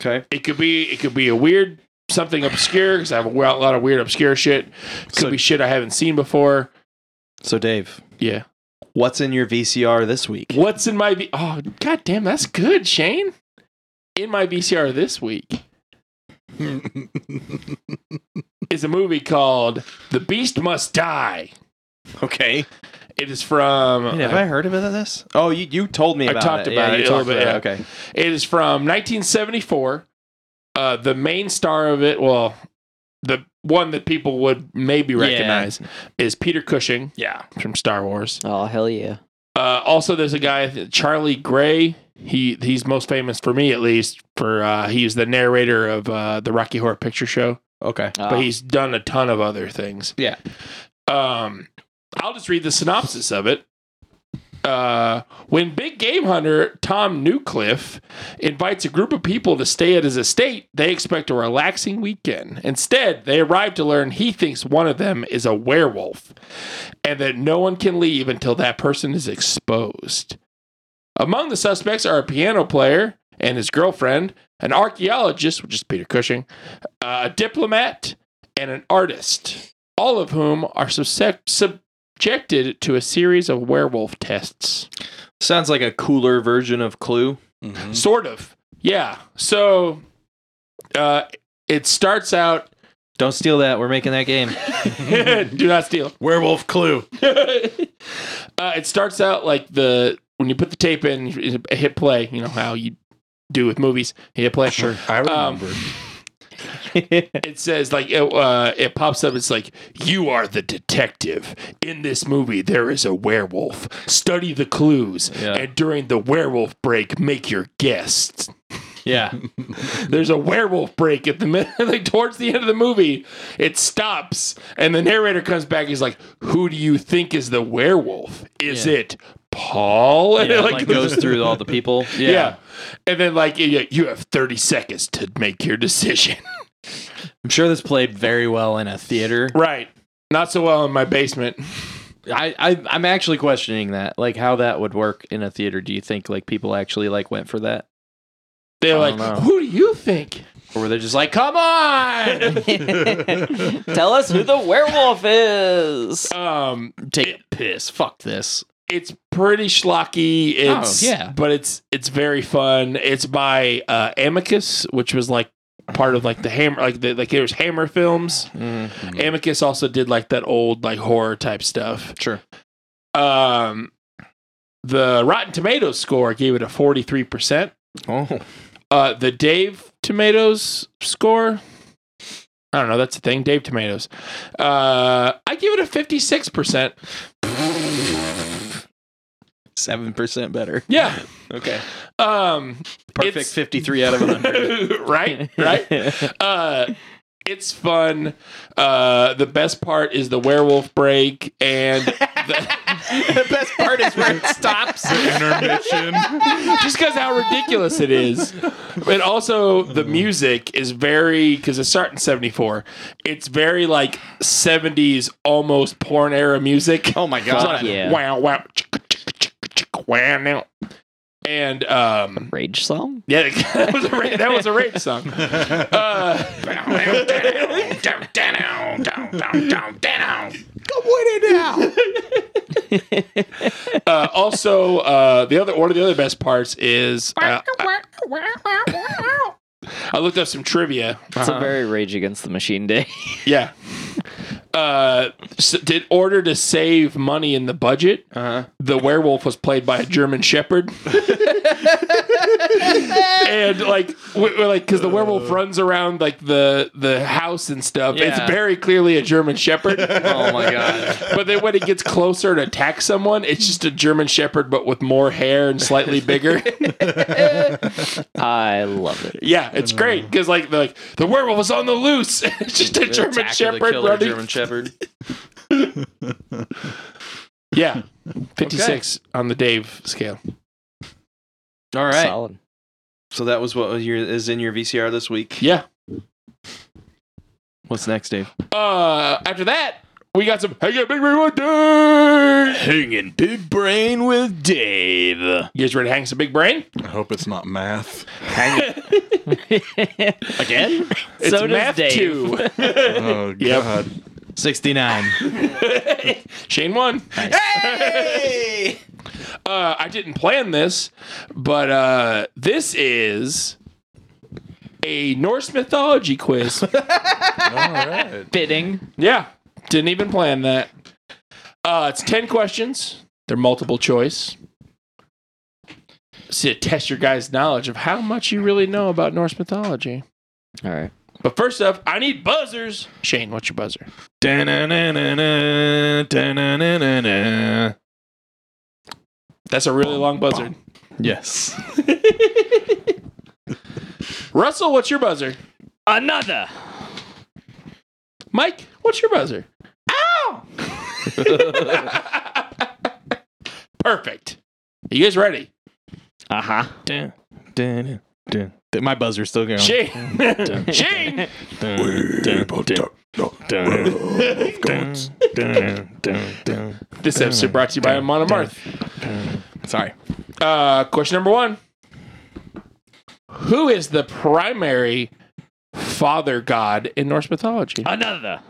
B: Okay,
A: It could be it could be a weird something obscure cuz I have a wa- lot of weird obscure shit. Could
B: So-
A: be shit I haven't seen before.
B: so Dave,
A: Yeah.
B: what's in your VCR this week?
A: What's in my v- Oh, goddamn, that's good, Shane. In my VCR this week Mm-hmm. is a movie called The Beast Must Die.
B: Okay.
A: It is from
B: Man, have I heard about this? Oh, you, you told me
A: I
B: about
A: talked
B: it.
A: about
B: Yeah,
A: it
B: you
A: a little
B: talked
A: bit,
B: about it. Okay.
A: It is from 1974. Uh, the main star of it, well, the one that people would maybe recognize is Peter Cushing
B: Yeah.
A: from Star Wars.
D: Oh hell yeah!
A: Uh, also, there's a guy, Charlie Gray. He he's most famous for me, at least, for uh, he's the narrator of uh, the Rocky Horror Picture Show,
B: Okay.
D: Ah.
A: but he's done a ton of other things.
B: Yeah.
A: Um, I'll just read the synopsis of it. Uh, when big game hunter Tom Newcliffe invites a group of people to stay at his estate, they expect a relaxing weekend. Instead, they arrive to learn he thinks one of them is a werewolf and that no one can leave until that person is exposed. Among the suspects are a piano player and his girlfriend, an archaeologist, which is Peter Cushing, uh, a diplomat, and an artist, all of whom are suscep- subjected to a series of werewolf tests.
B: Sounds like a cooler version of Clue.
C: Mhm.
A: Sort of. Yeah. So uh, it starts out.
B: Don't steal that. We're making that game.
A: do not steal.
C: Werewolf Clue.
A: uh, it starts out like the when you put the tape in, you hit play. You know how you do with movies. You hit play.
C: Sure, I
A: Um,
C: remember.
A: it says like it, uh, it pops up. It's like you are the detective in this movie. There is a werewolf. Study the clues,
B: Yeah.
A: and during the werewolf break, make your guess.
B: yeah.
A: There's a werewolf break at the mid- like towards the end of the movie. It stops, and the narrator comes back. He's like, "Who do you think is the werewolf? Is
B: Yeah.
A: it Paul?" And
B: yeah
A: it,
B: like, goes through all the people.
A: Yeah.
B: Yeah.
A: and then like you you have 30 seconds to make your decision.
B: I'm sure this played very well in a theater.
A: right. Not so well in my basement.
B: I, I I'm actually questioning that. Like how that would work in a theater. Do you think like people actually like went for that?
A: They're
B: I
A: like,
B: don't know.
A: who do you think?
B: Or were they just like, come on?
D: Tell us who the werewolf is.
A: Um,
B: Take a piss. Fuck this. Oh,
A: it's pretty schlocky. It's
B: yeah.
A: but it's it's very fun. It's by uh, Amicus, which was like part of like the hammer, like the like there's Hammer Films.
B: Mm-hmm.
A: Amicus also did like that old like horror type stuff.
B: Sure.
A: Um, the Rotten Tomatoes score gave it a forty three percent.
B: Oh,
A: Uh, the Dave Tomatoes score. I don't know. That's the thing. Dave Tomatoes. Uh, I give it a fifty-six percent.
B: seven percent better.
A: Yeah.
B: Okay,
A: Um,
B: perfect.
A: It's-
B: Fifty-three out of hundred.
A: right. Right. Uh, it's fun. Uh, the best part is the werewolf break and the,
B: the best part is where it stops.
C: Intermission.
A: just because how ridiculous it is. But also the music is very because it started in '74. It's very like '70s almost porn era music.
B: Oh my god!
D: yeah.
A: Wow, wow, chicka, chicka, chicka, chicka, wow, now. And um,
D: Rage song?
A: yeah, that was a ra- that was a rage song. Uh, uh, also, uh, the other one of the other best parts is uh, I, I looked up some trivia.
D: It's a very Rage Against the Machine day.
A: Yeah, uh, s did order to save money in the budget.
B: Uh-huh.
A: The werewolf was played by a German Shepherd, and like, w- w- like because the
B: Uh.
A: werewolf runs around like the the house and stuff. It's
D: Yeah.
A: very clearly a German Shepherd.
B: Oh my god!
A: But then when it gets closer to attack someone, it's just a German Shepherd, but with more hair and slightly bigger.
D: I love it.
A: yeah, it's great because like the, like the werewolf was on the loose. it's just a German
B: Attack of the
A: Shepherd
B: Killer
A: running.
B: German Shepherd.
A: Yeah, fifty six on the Dave scale.
B: All right.
D: Solid.
B: So that was what was your, is in your VCR this week.
A: Yeah.
B: What's next, Dave?
A: Uh, after that, we got some hanging big brain with Dave.
B: Hanging big brain with Dave
A: You guys ready to hang some big brain?
C: I hope it's not math.
B: again.
A: It's
D: So does
A: math
D: Dave.
A: two.
C: Oh
A: Yep.
C: god.
B: Sixty-nine.
A: Shane won.
B: Hey!
A: Uh, I didn't plan this, but uh, this is a Norse mythology quiz.
C: All right.
D: Fitting.
A: yeah, didn't even plan that. Uh, it's 10 questions, they're multiple choice. So to test your guys' knowledge of how much you really know about Norse mythology.
D: All right.
A: But first up, I need buzzers. Shane, what's your buzzer?
B: Da-na-na-na-na, da-na-na-na-na.
A: That's a really long buzzer.
B: Yes.
A: Russell, what's your buzzer?
D: Another.
A: Mike, what's your buzzer? Ow! Perfect. Are you guys ready?
D: Uh huh.
B: Dun, dun, dun, dun. My buzzer's still going.
A: Shane. Shane.
B: Dun, dun, dun, dun, dun, dun, dun.
A: This episode brought to you by Amon Marth.
B: Sorry.
A: Uh, question number one. Who is the primary father god in Norse mythology?
D: Another.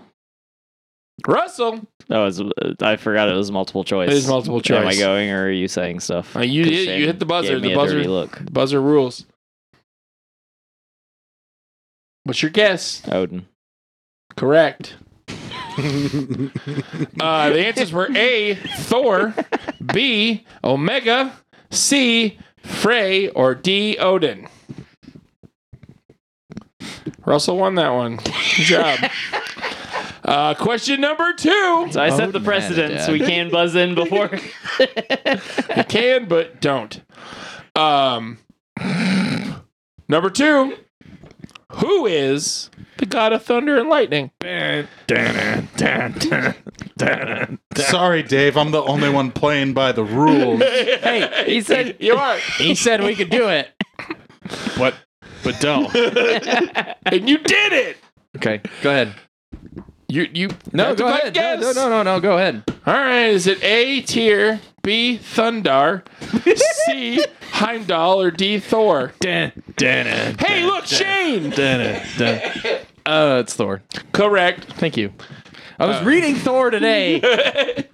A: Russell.
D: That was. uh, I forgot it was multiple choice.
A: It is multiple choice.
D: Am I going or are you saying stuff?
A: Uh, you,
D: 'Cause
A: you
D: Shane
A: hit the buzzer.
D: gave me
A: The
D: a
A: buzzer.
D: dirty Look,
A: The buzzer rules. What's your guess?
D: Odin.
A: Correct. Uh, the answers were A, Thor, B, Omega, C, Frey, or D, Odin. Russell won that one. Good job. Uh, question number two.
D: So I set the
B: Odin had a
D: precedence.
B: dad.
D: We can buzz in before.
A: You can, but don't. Um, number two. Who is the god of thunder and lightning?
C: Sorry, Dave. I'm the only one playing by the rules.
A: Hey,
D: he said-
A: you are,
B: He said we could do it. But but don't.
A: and you did it.
B: Okay, go ahead.
A: You you
B: No,
A: that's
B: go
A: a good
B: ahead. No,
A: guess.
B: no, no, no, no, go ahead.
A: All right, is it A tier, B Thundar, C Heimdall, or D Thor?
B: Dun, dun, dun,
A: Hey, look, Shane.
B: dun, dun, dun. Uh, it's Thor.
A: Correct.
B: Uh. Thank you. I was reading Thor today.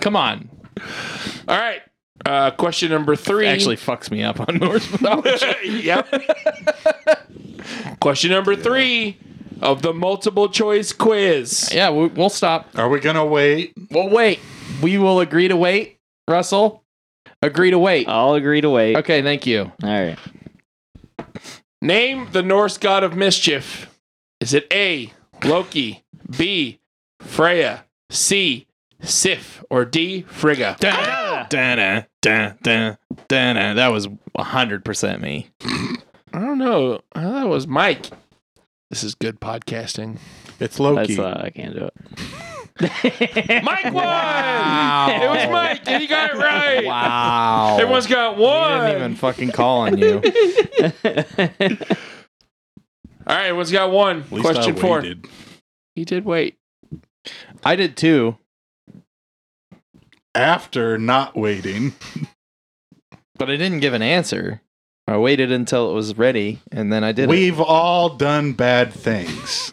B: Come on.
A: All right. Uh, question number three.
B: Actually, fucks me up on North Mythology.
A: yep. Question number three of the multiple choice quiz.
B: yeah, we, we'll stop.
C: Are we gonna wait?
B: Well, wait. We will agree to wait, Russell. Agree to wait.
D: I'll agree to wait.
B: Okay, thank you.
D: All right.
A: Name the Norse god of mischief. Is it A. Loki, B. Freya, C. Sif, or D. Frigga?
C: Ah!
B: Dun, dun, dun, dun, dun. That was 100% me.
A: I don't know. I thought it was Mike. This is good podcasting.
C: It's
D: That's
C: Loki.
D: uh, I can't do it.
A: Mike won! It was Mike, and he got it right.
B: Wow.
A: Everyone's got
B: I
A: one.
B: didn't even fucking call on you.
A: All right, everyone's got one.
C: At least I
A: Question four.
C: waited.
A: He did wait.
B: I did too.
C: After not waiting,
B: But I didn't give an answer. I waited until it was ready, and then I did it.
C: we've all done bad things.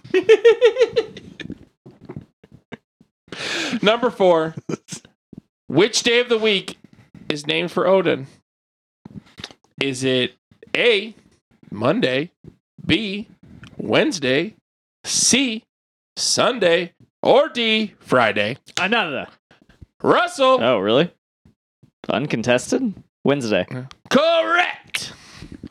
A: Number four. Which day of the week is named for Odin? Is it A, Monday, B, Wednesday, C, Sunday, or D, Friday?
D: Another.
A: Russell,
D: Oh, really? Uncontested? Wednesday.
A: correct.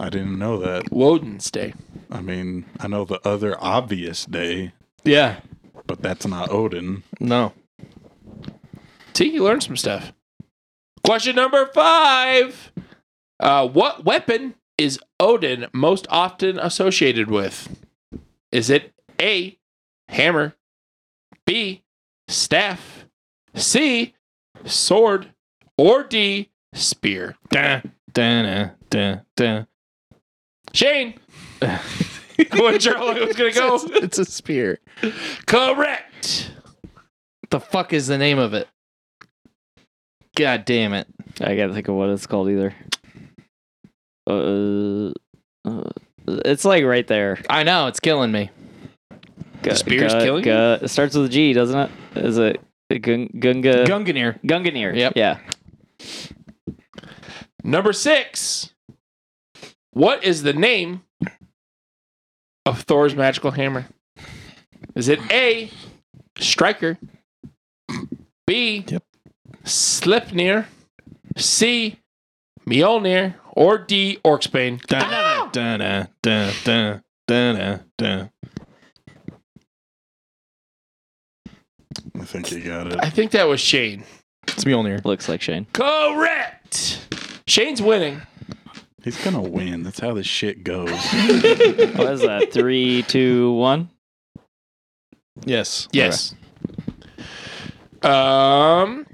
C: I didn't know that.
A: Woden's Day.
C: I mean, I know the other obvious day,
B: Yeah.
C: but that's not Odin.
B: No.
A: See, you learned some stuff. Question number five. Uh, what weapon is Odin most often associated with? Is it A, hammer, B, staff, C, sword, or D, spear?
B: Dun, dun, dun, dun.
A: Shane, what's your it was going to go?
B: It's a spear.
A: Correct.
B: The fuck is the name of it? God damn it.
D: I can't think of what it's called either. Uh, uh, it's like right there.
B: I know, it's killing me.
D: Gu-
A: spear's
D: gu-
A: killing
D: gu- It starts with a G, doesn't it? Is it Gun-
B: Uh,
D: Gunga?
B: Gunganir.
D: Gunganir.
B: Yep.
D: Yeah.
A: Number six. What is the name of Thor's magical hammer? Is it A, Striker, B,
B: Yep.
A: Slipnir, C, Mjolnir, or D, Orcsbane? Ah!
B: Dun, dun, dun, dun, dun, dun.
C: I think you got
A: I
C: it.
A: think that was Shane.
B: It's Mjolnir.
D: Looks like Shane.
A: Correct. Shane's winning.
C: He's gonna win. That's how this shit goes.
D: What is that? Three, two, one.
B: Yes.
A: Yes. Um,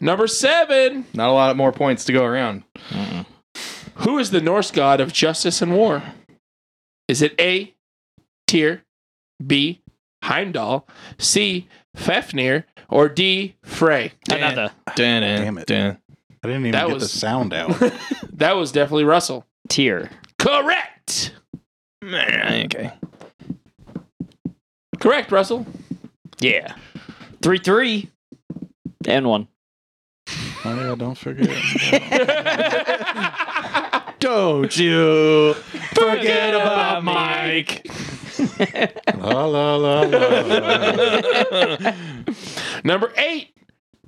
A: number seven.
B: Not a lot more points to go around.
D: Mm-mm.
A: Who is the Norse god of justice and war? Is it A. Tyr, B. Heimdall, C. Fafnir, or D. Frey?
D: Another.
B: Dun, dun,
C: Damn it.
B: dun.
C: I didn't even
A: That
C: get
A: was-
C: the sound out.
A: That was definitely Russell.
D: Tier.
A: Correct.
B: Okay.
A: Correct, Russell.
D: Yeah. Three, three. And one.
C: Oh yeah, don't forget.
B: Don't you
A: forget about Mike.
C: la la la la.
A: Number eight.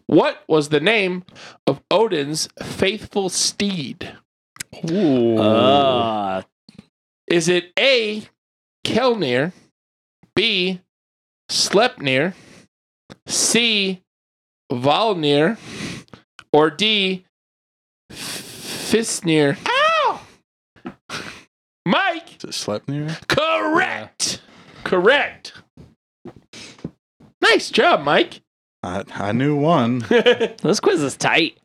A: What was the name of Odin's faithful steed?
B: Ooh.
D: Uh,
A: Is it A. Kelnir, B. Slepnir, C. Valnir, or D. Fisnir? Ow! Mike,
C: Is it Sleipnir?
A: correct. Correct. Nice job, Mike.
C: I I knew one.
A: That's
D: this quiz is tight.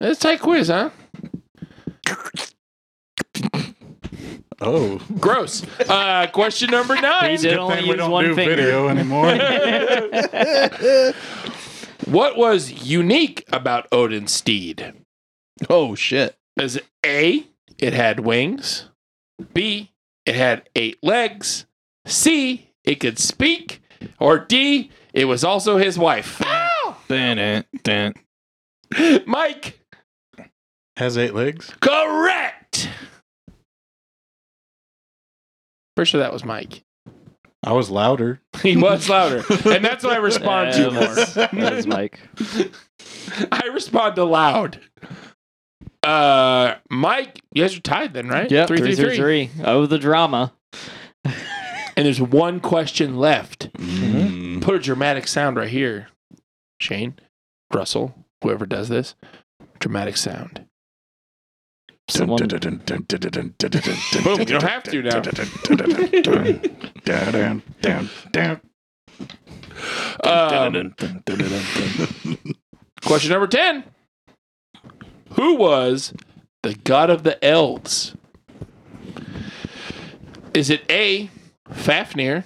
A: a tight quiz, huh?
C: Oh,
A: Gross. Uh, question number nine.
D: He did only
C: thing
D: use one finger.
C: video anymore.
A: What was unique about Odin's steed?
B: oh shit.
A: Is it A, it had wings. B, it had eight legs. C, it could speak. Or D, it was also his wife.
B: Dun, dun, dun.
A: Mike,
C: has eight legs.
A: Correct. Pretty sure that was Mike.
C: I was louder.
A: He was louder, and that's what I respond to
D: Yeah, that's-
A: more.
D: That is Mike.
A: I respond to loud. Uh, Mike, you guys are tied then, right?
D: Yep, three, three, three. Oh, the drama.
A: And there's one question left.
C: Mm.
A: Put a dramatic sound right here. Shane, Russell, whoever does this, dramatic sound.
D: Someone-
A: Boom, you don't have to now. Um, question number 10 Who was the god of the elves? Is it A, Fafnir,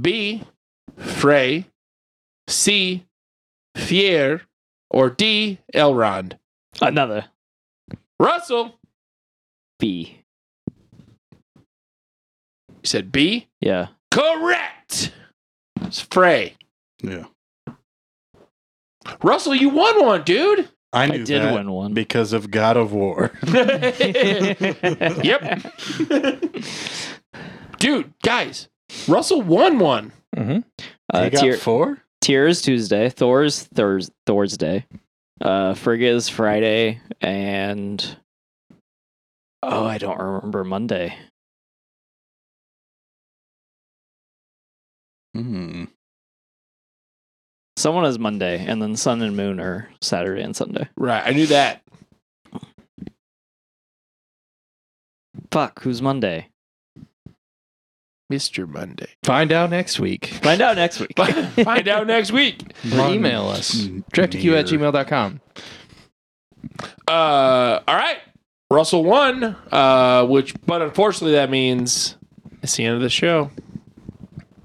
A: B, Frey, C, Fier, or D, Elrond?
D: Another
A: Russell,
D: B.
A: you said B?
D: Yeah.
A: Correct! It's Frey.
C: Yeah,
A: Russell, you won one, dude!
C: I
D: I,
C: knew
D: did
C: that
D: win one.
C: because of God of War.
A: yep. Dude, guys, Russell won one.
C: you
D: Uh,
C: got
D: tier,
C: four.
D: tier is Tuesday. Thor's Thurs Thursday. Uh, Frigga is Friday, and oh, I don't remember Monday.
C: Mm.
D: Someone has Monday, and then Sun and Moon are Saturday and Sunday.
A: Right, I knew that.
D: Fuck, who's Monday?
A: Mr. Monday.
B: Find out next week.
D: Find out next week.
A: Find out next week.
B: Or email us. DraftQ at gmail.com.
A: Uh, all right. Russell won, uh, which, but unfortunately, that means it's the end of the show.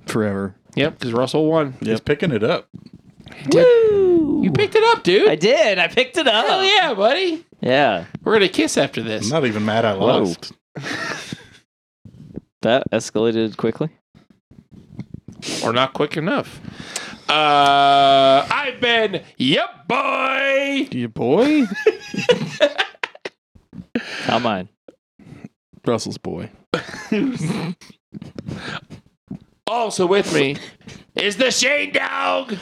B: Forever.
A: Yep, because Russell won.
C: He's picking it up.
D: Woo!
A: You picked it up, dude.
D: I did. I picked it up.
A: Hell yeah, buddy.
D: Yeah.
A: We're going to kiss after
C: I'm
A: this.
C: not even mad I
D: Whoa.
C: lost.
D: That escalated quickly.
A: Or not quick enough. Uh, I've been, yep, boy.
B: Your boy?
D: Not mine.
B: Russell's boy.
A: Also with me is the Shane Dog,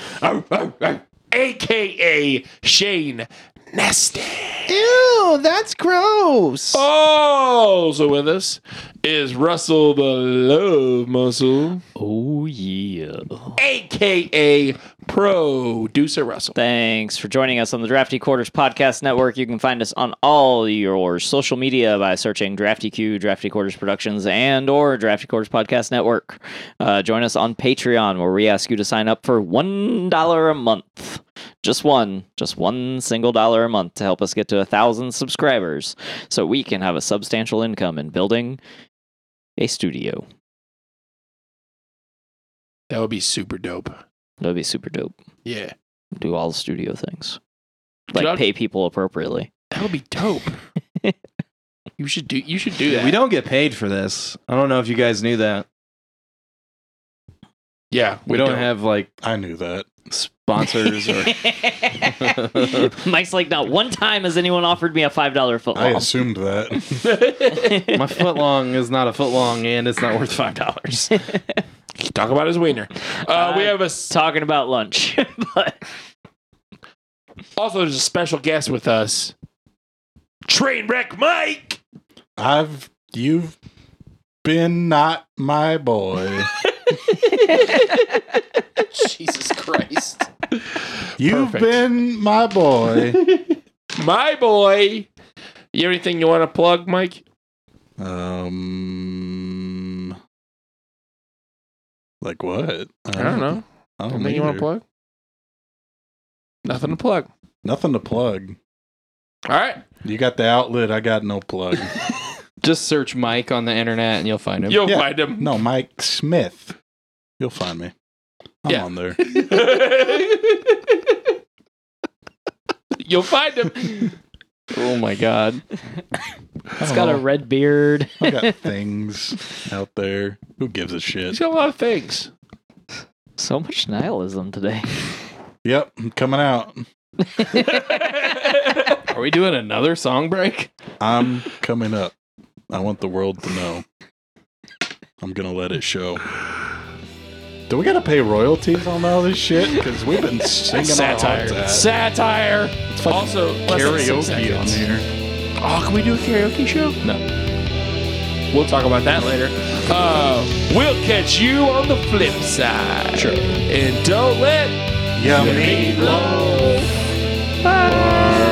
A: aka Shane Nasty.
B: Ew, that's gross.
A: Also with us is Russell the Love Muscle,
D: Oh yeah.
A: aka Producer Russell.
D: Thanks for joining us on the Drafty Quarters Podcast Network. You can find us on all your social media by searching Drafty Q, Drafty Quarters Productions, and or Drafty Quarters Podcast Network. Uh, join us on Patreon, where we ask you to sign up for one dollar a month. Just one, just one single dollar a month to help us get to a thousand subscribers, so we can have a substantial income in building a studio.
A: That would be super dope.
D: That'd be super dope.
A: Yeah,
D: Do all the studio things,
A: Dude,
D: like
A: I'd-
D: pay people appropriately.
A: that would be dope. you should do. You should do that.
B: We don't get paid for this. I don't know if you guys knew that.
A: Yeah,
B: We, don't, have like
C: I knew that.
B: sponsors or
D: Mike's like, not one time has anyone offered me a five dollar foot
C: I
D: long.
C: assumed that.
B: my footlong is not a footlong and it's not worth five dollars.
A: Talk about his wiener. Uh, we
D: Uh,
A: have a s-
D: Talking about lunch, but
A: also there's a special guest with us. Trainwreck Mike.
C: I've you've been not my boy.
A: Jesus Christ.
C: You've
A: Perfect.
C: been my boy.
A: My boy. You have anything you want to plug, Mike?
C: Um, like what?
A: I don't know.
C: I don't
A: Anything you want
C: either.
A: to plug? Nothing to plug.
C: Nothing to plug.
A: All right.
C: You got the outlet. I got no plug.
B: Just search Mike on the internet and you'll find him.
A: You'll
C: Yeah.
A: find him.
C: no, Mike Smith. You'll find me. I'm
A: Yeah.
C: on there.
A: You'll find him.
B: Oh my god.
D: it's got a
B: Oh.
D: red beard.
C: I got things out there. Who gives a
A: He's
C: shit?
A: got a lot of things.
D: So much nihilism today.
C: Yep, I'm coming out.
A: All
B: Are we doing another song break?
C: I'm coming up. I want the world to know. I'm gonna let it show. Do we gotta pay royalties on all this shit? Because we've been singing
A: Satire.
C: All that.
A: Satire. Also, less than six
C: karaoke on
A: seconds.
C: here.
A: Oh, can we do a karaoke show?
B: No.
A: We'll talk about that later. Uh, we'll catch you on the flip side.
C: Sure.
A: And don't let
C: Yummy.
A: the meatloaf. Bye.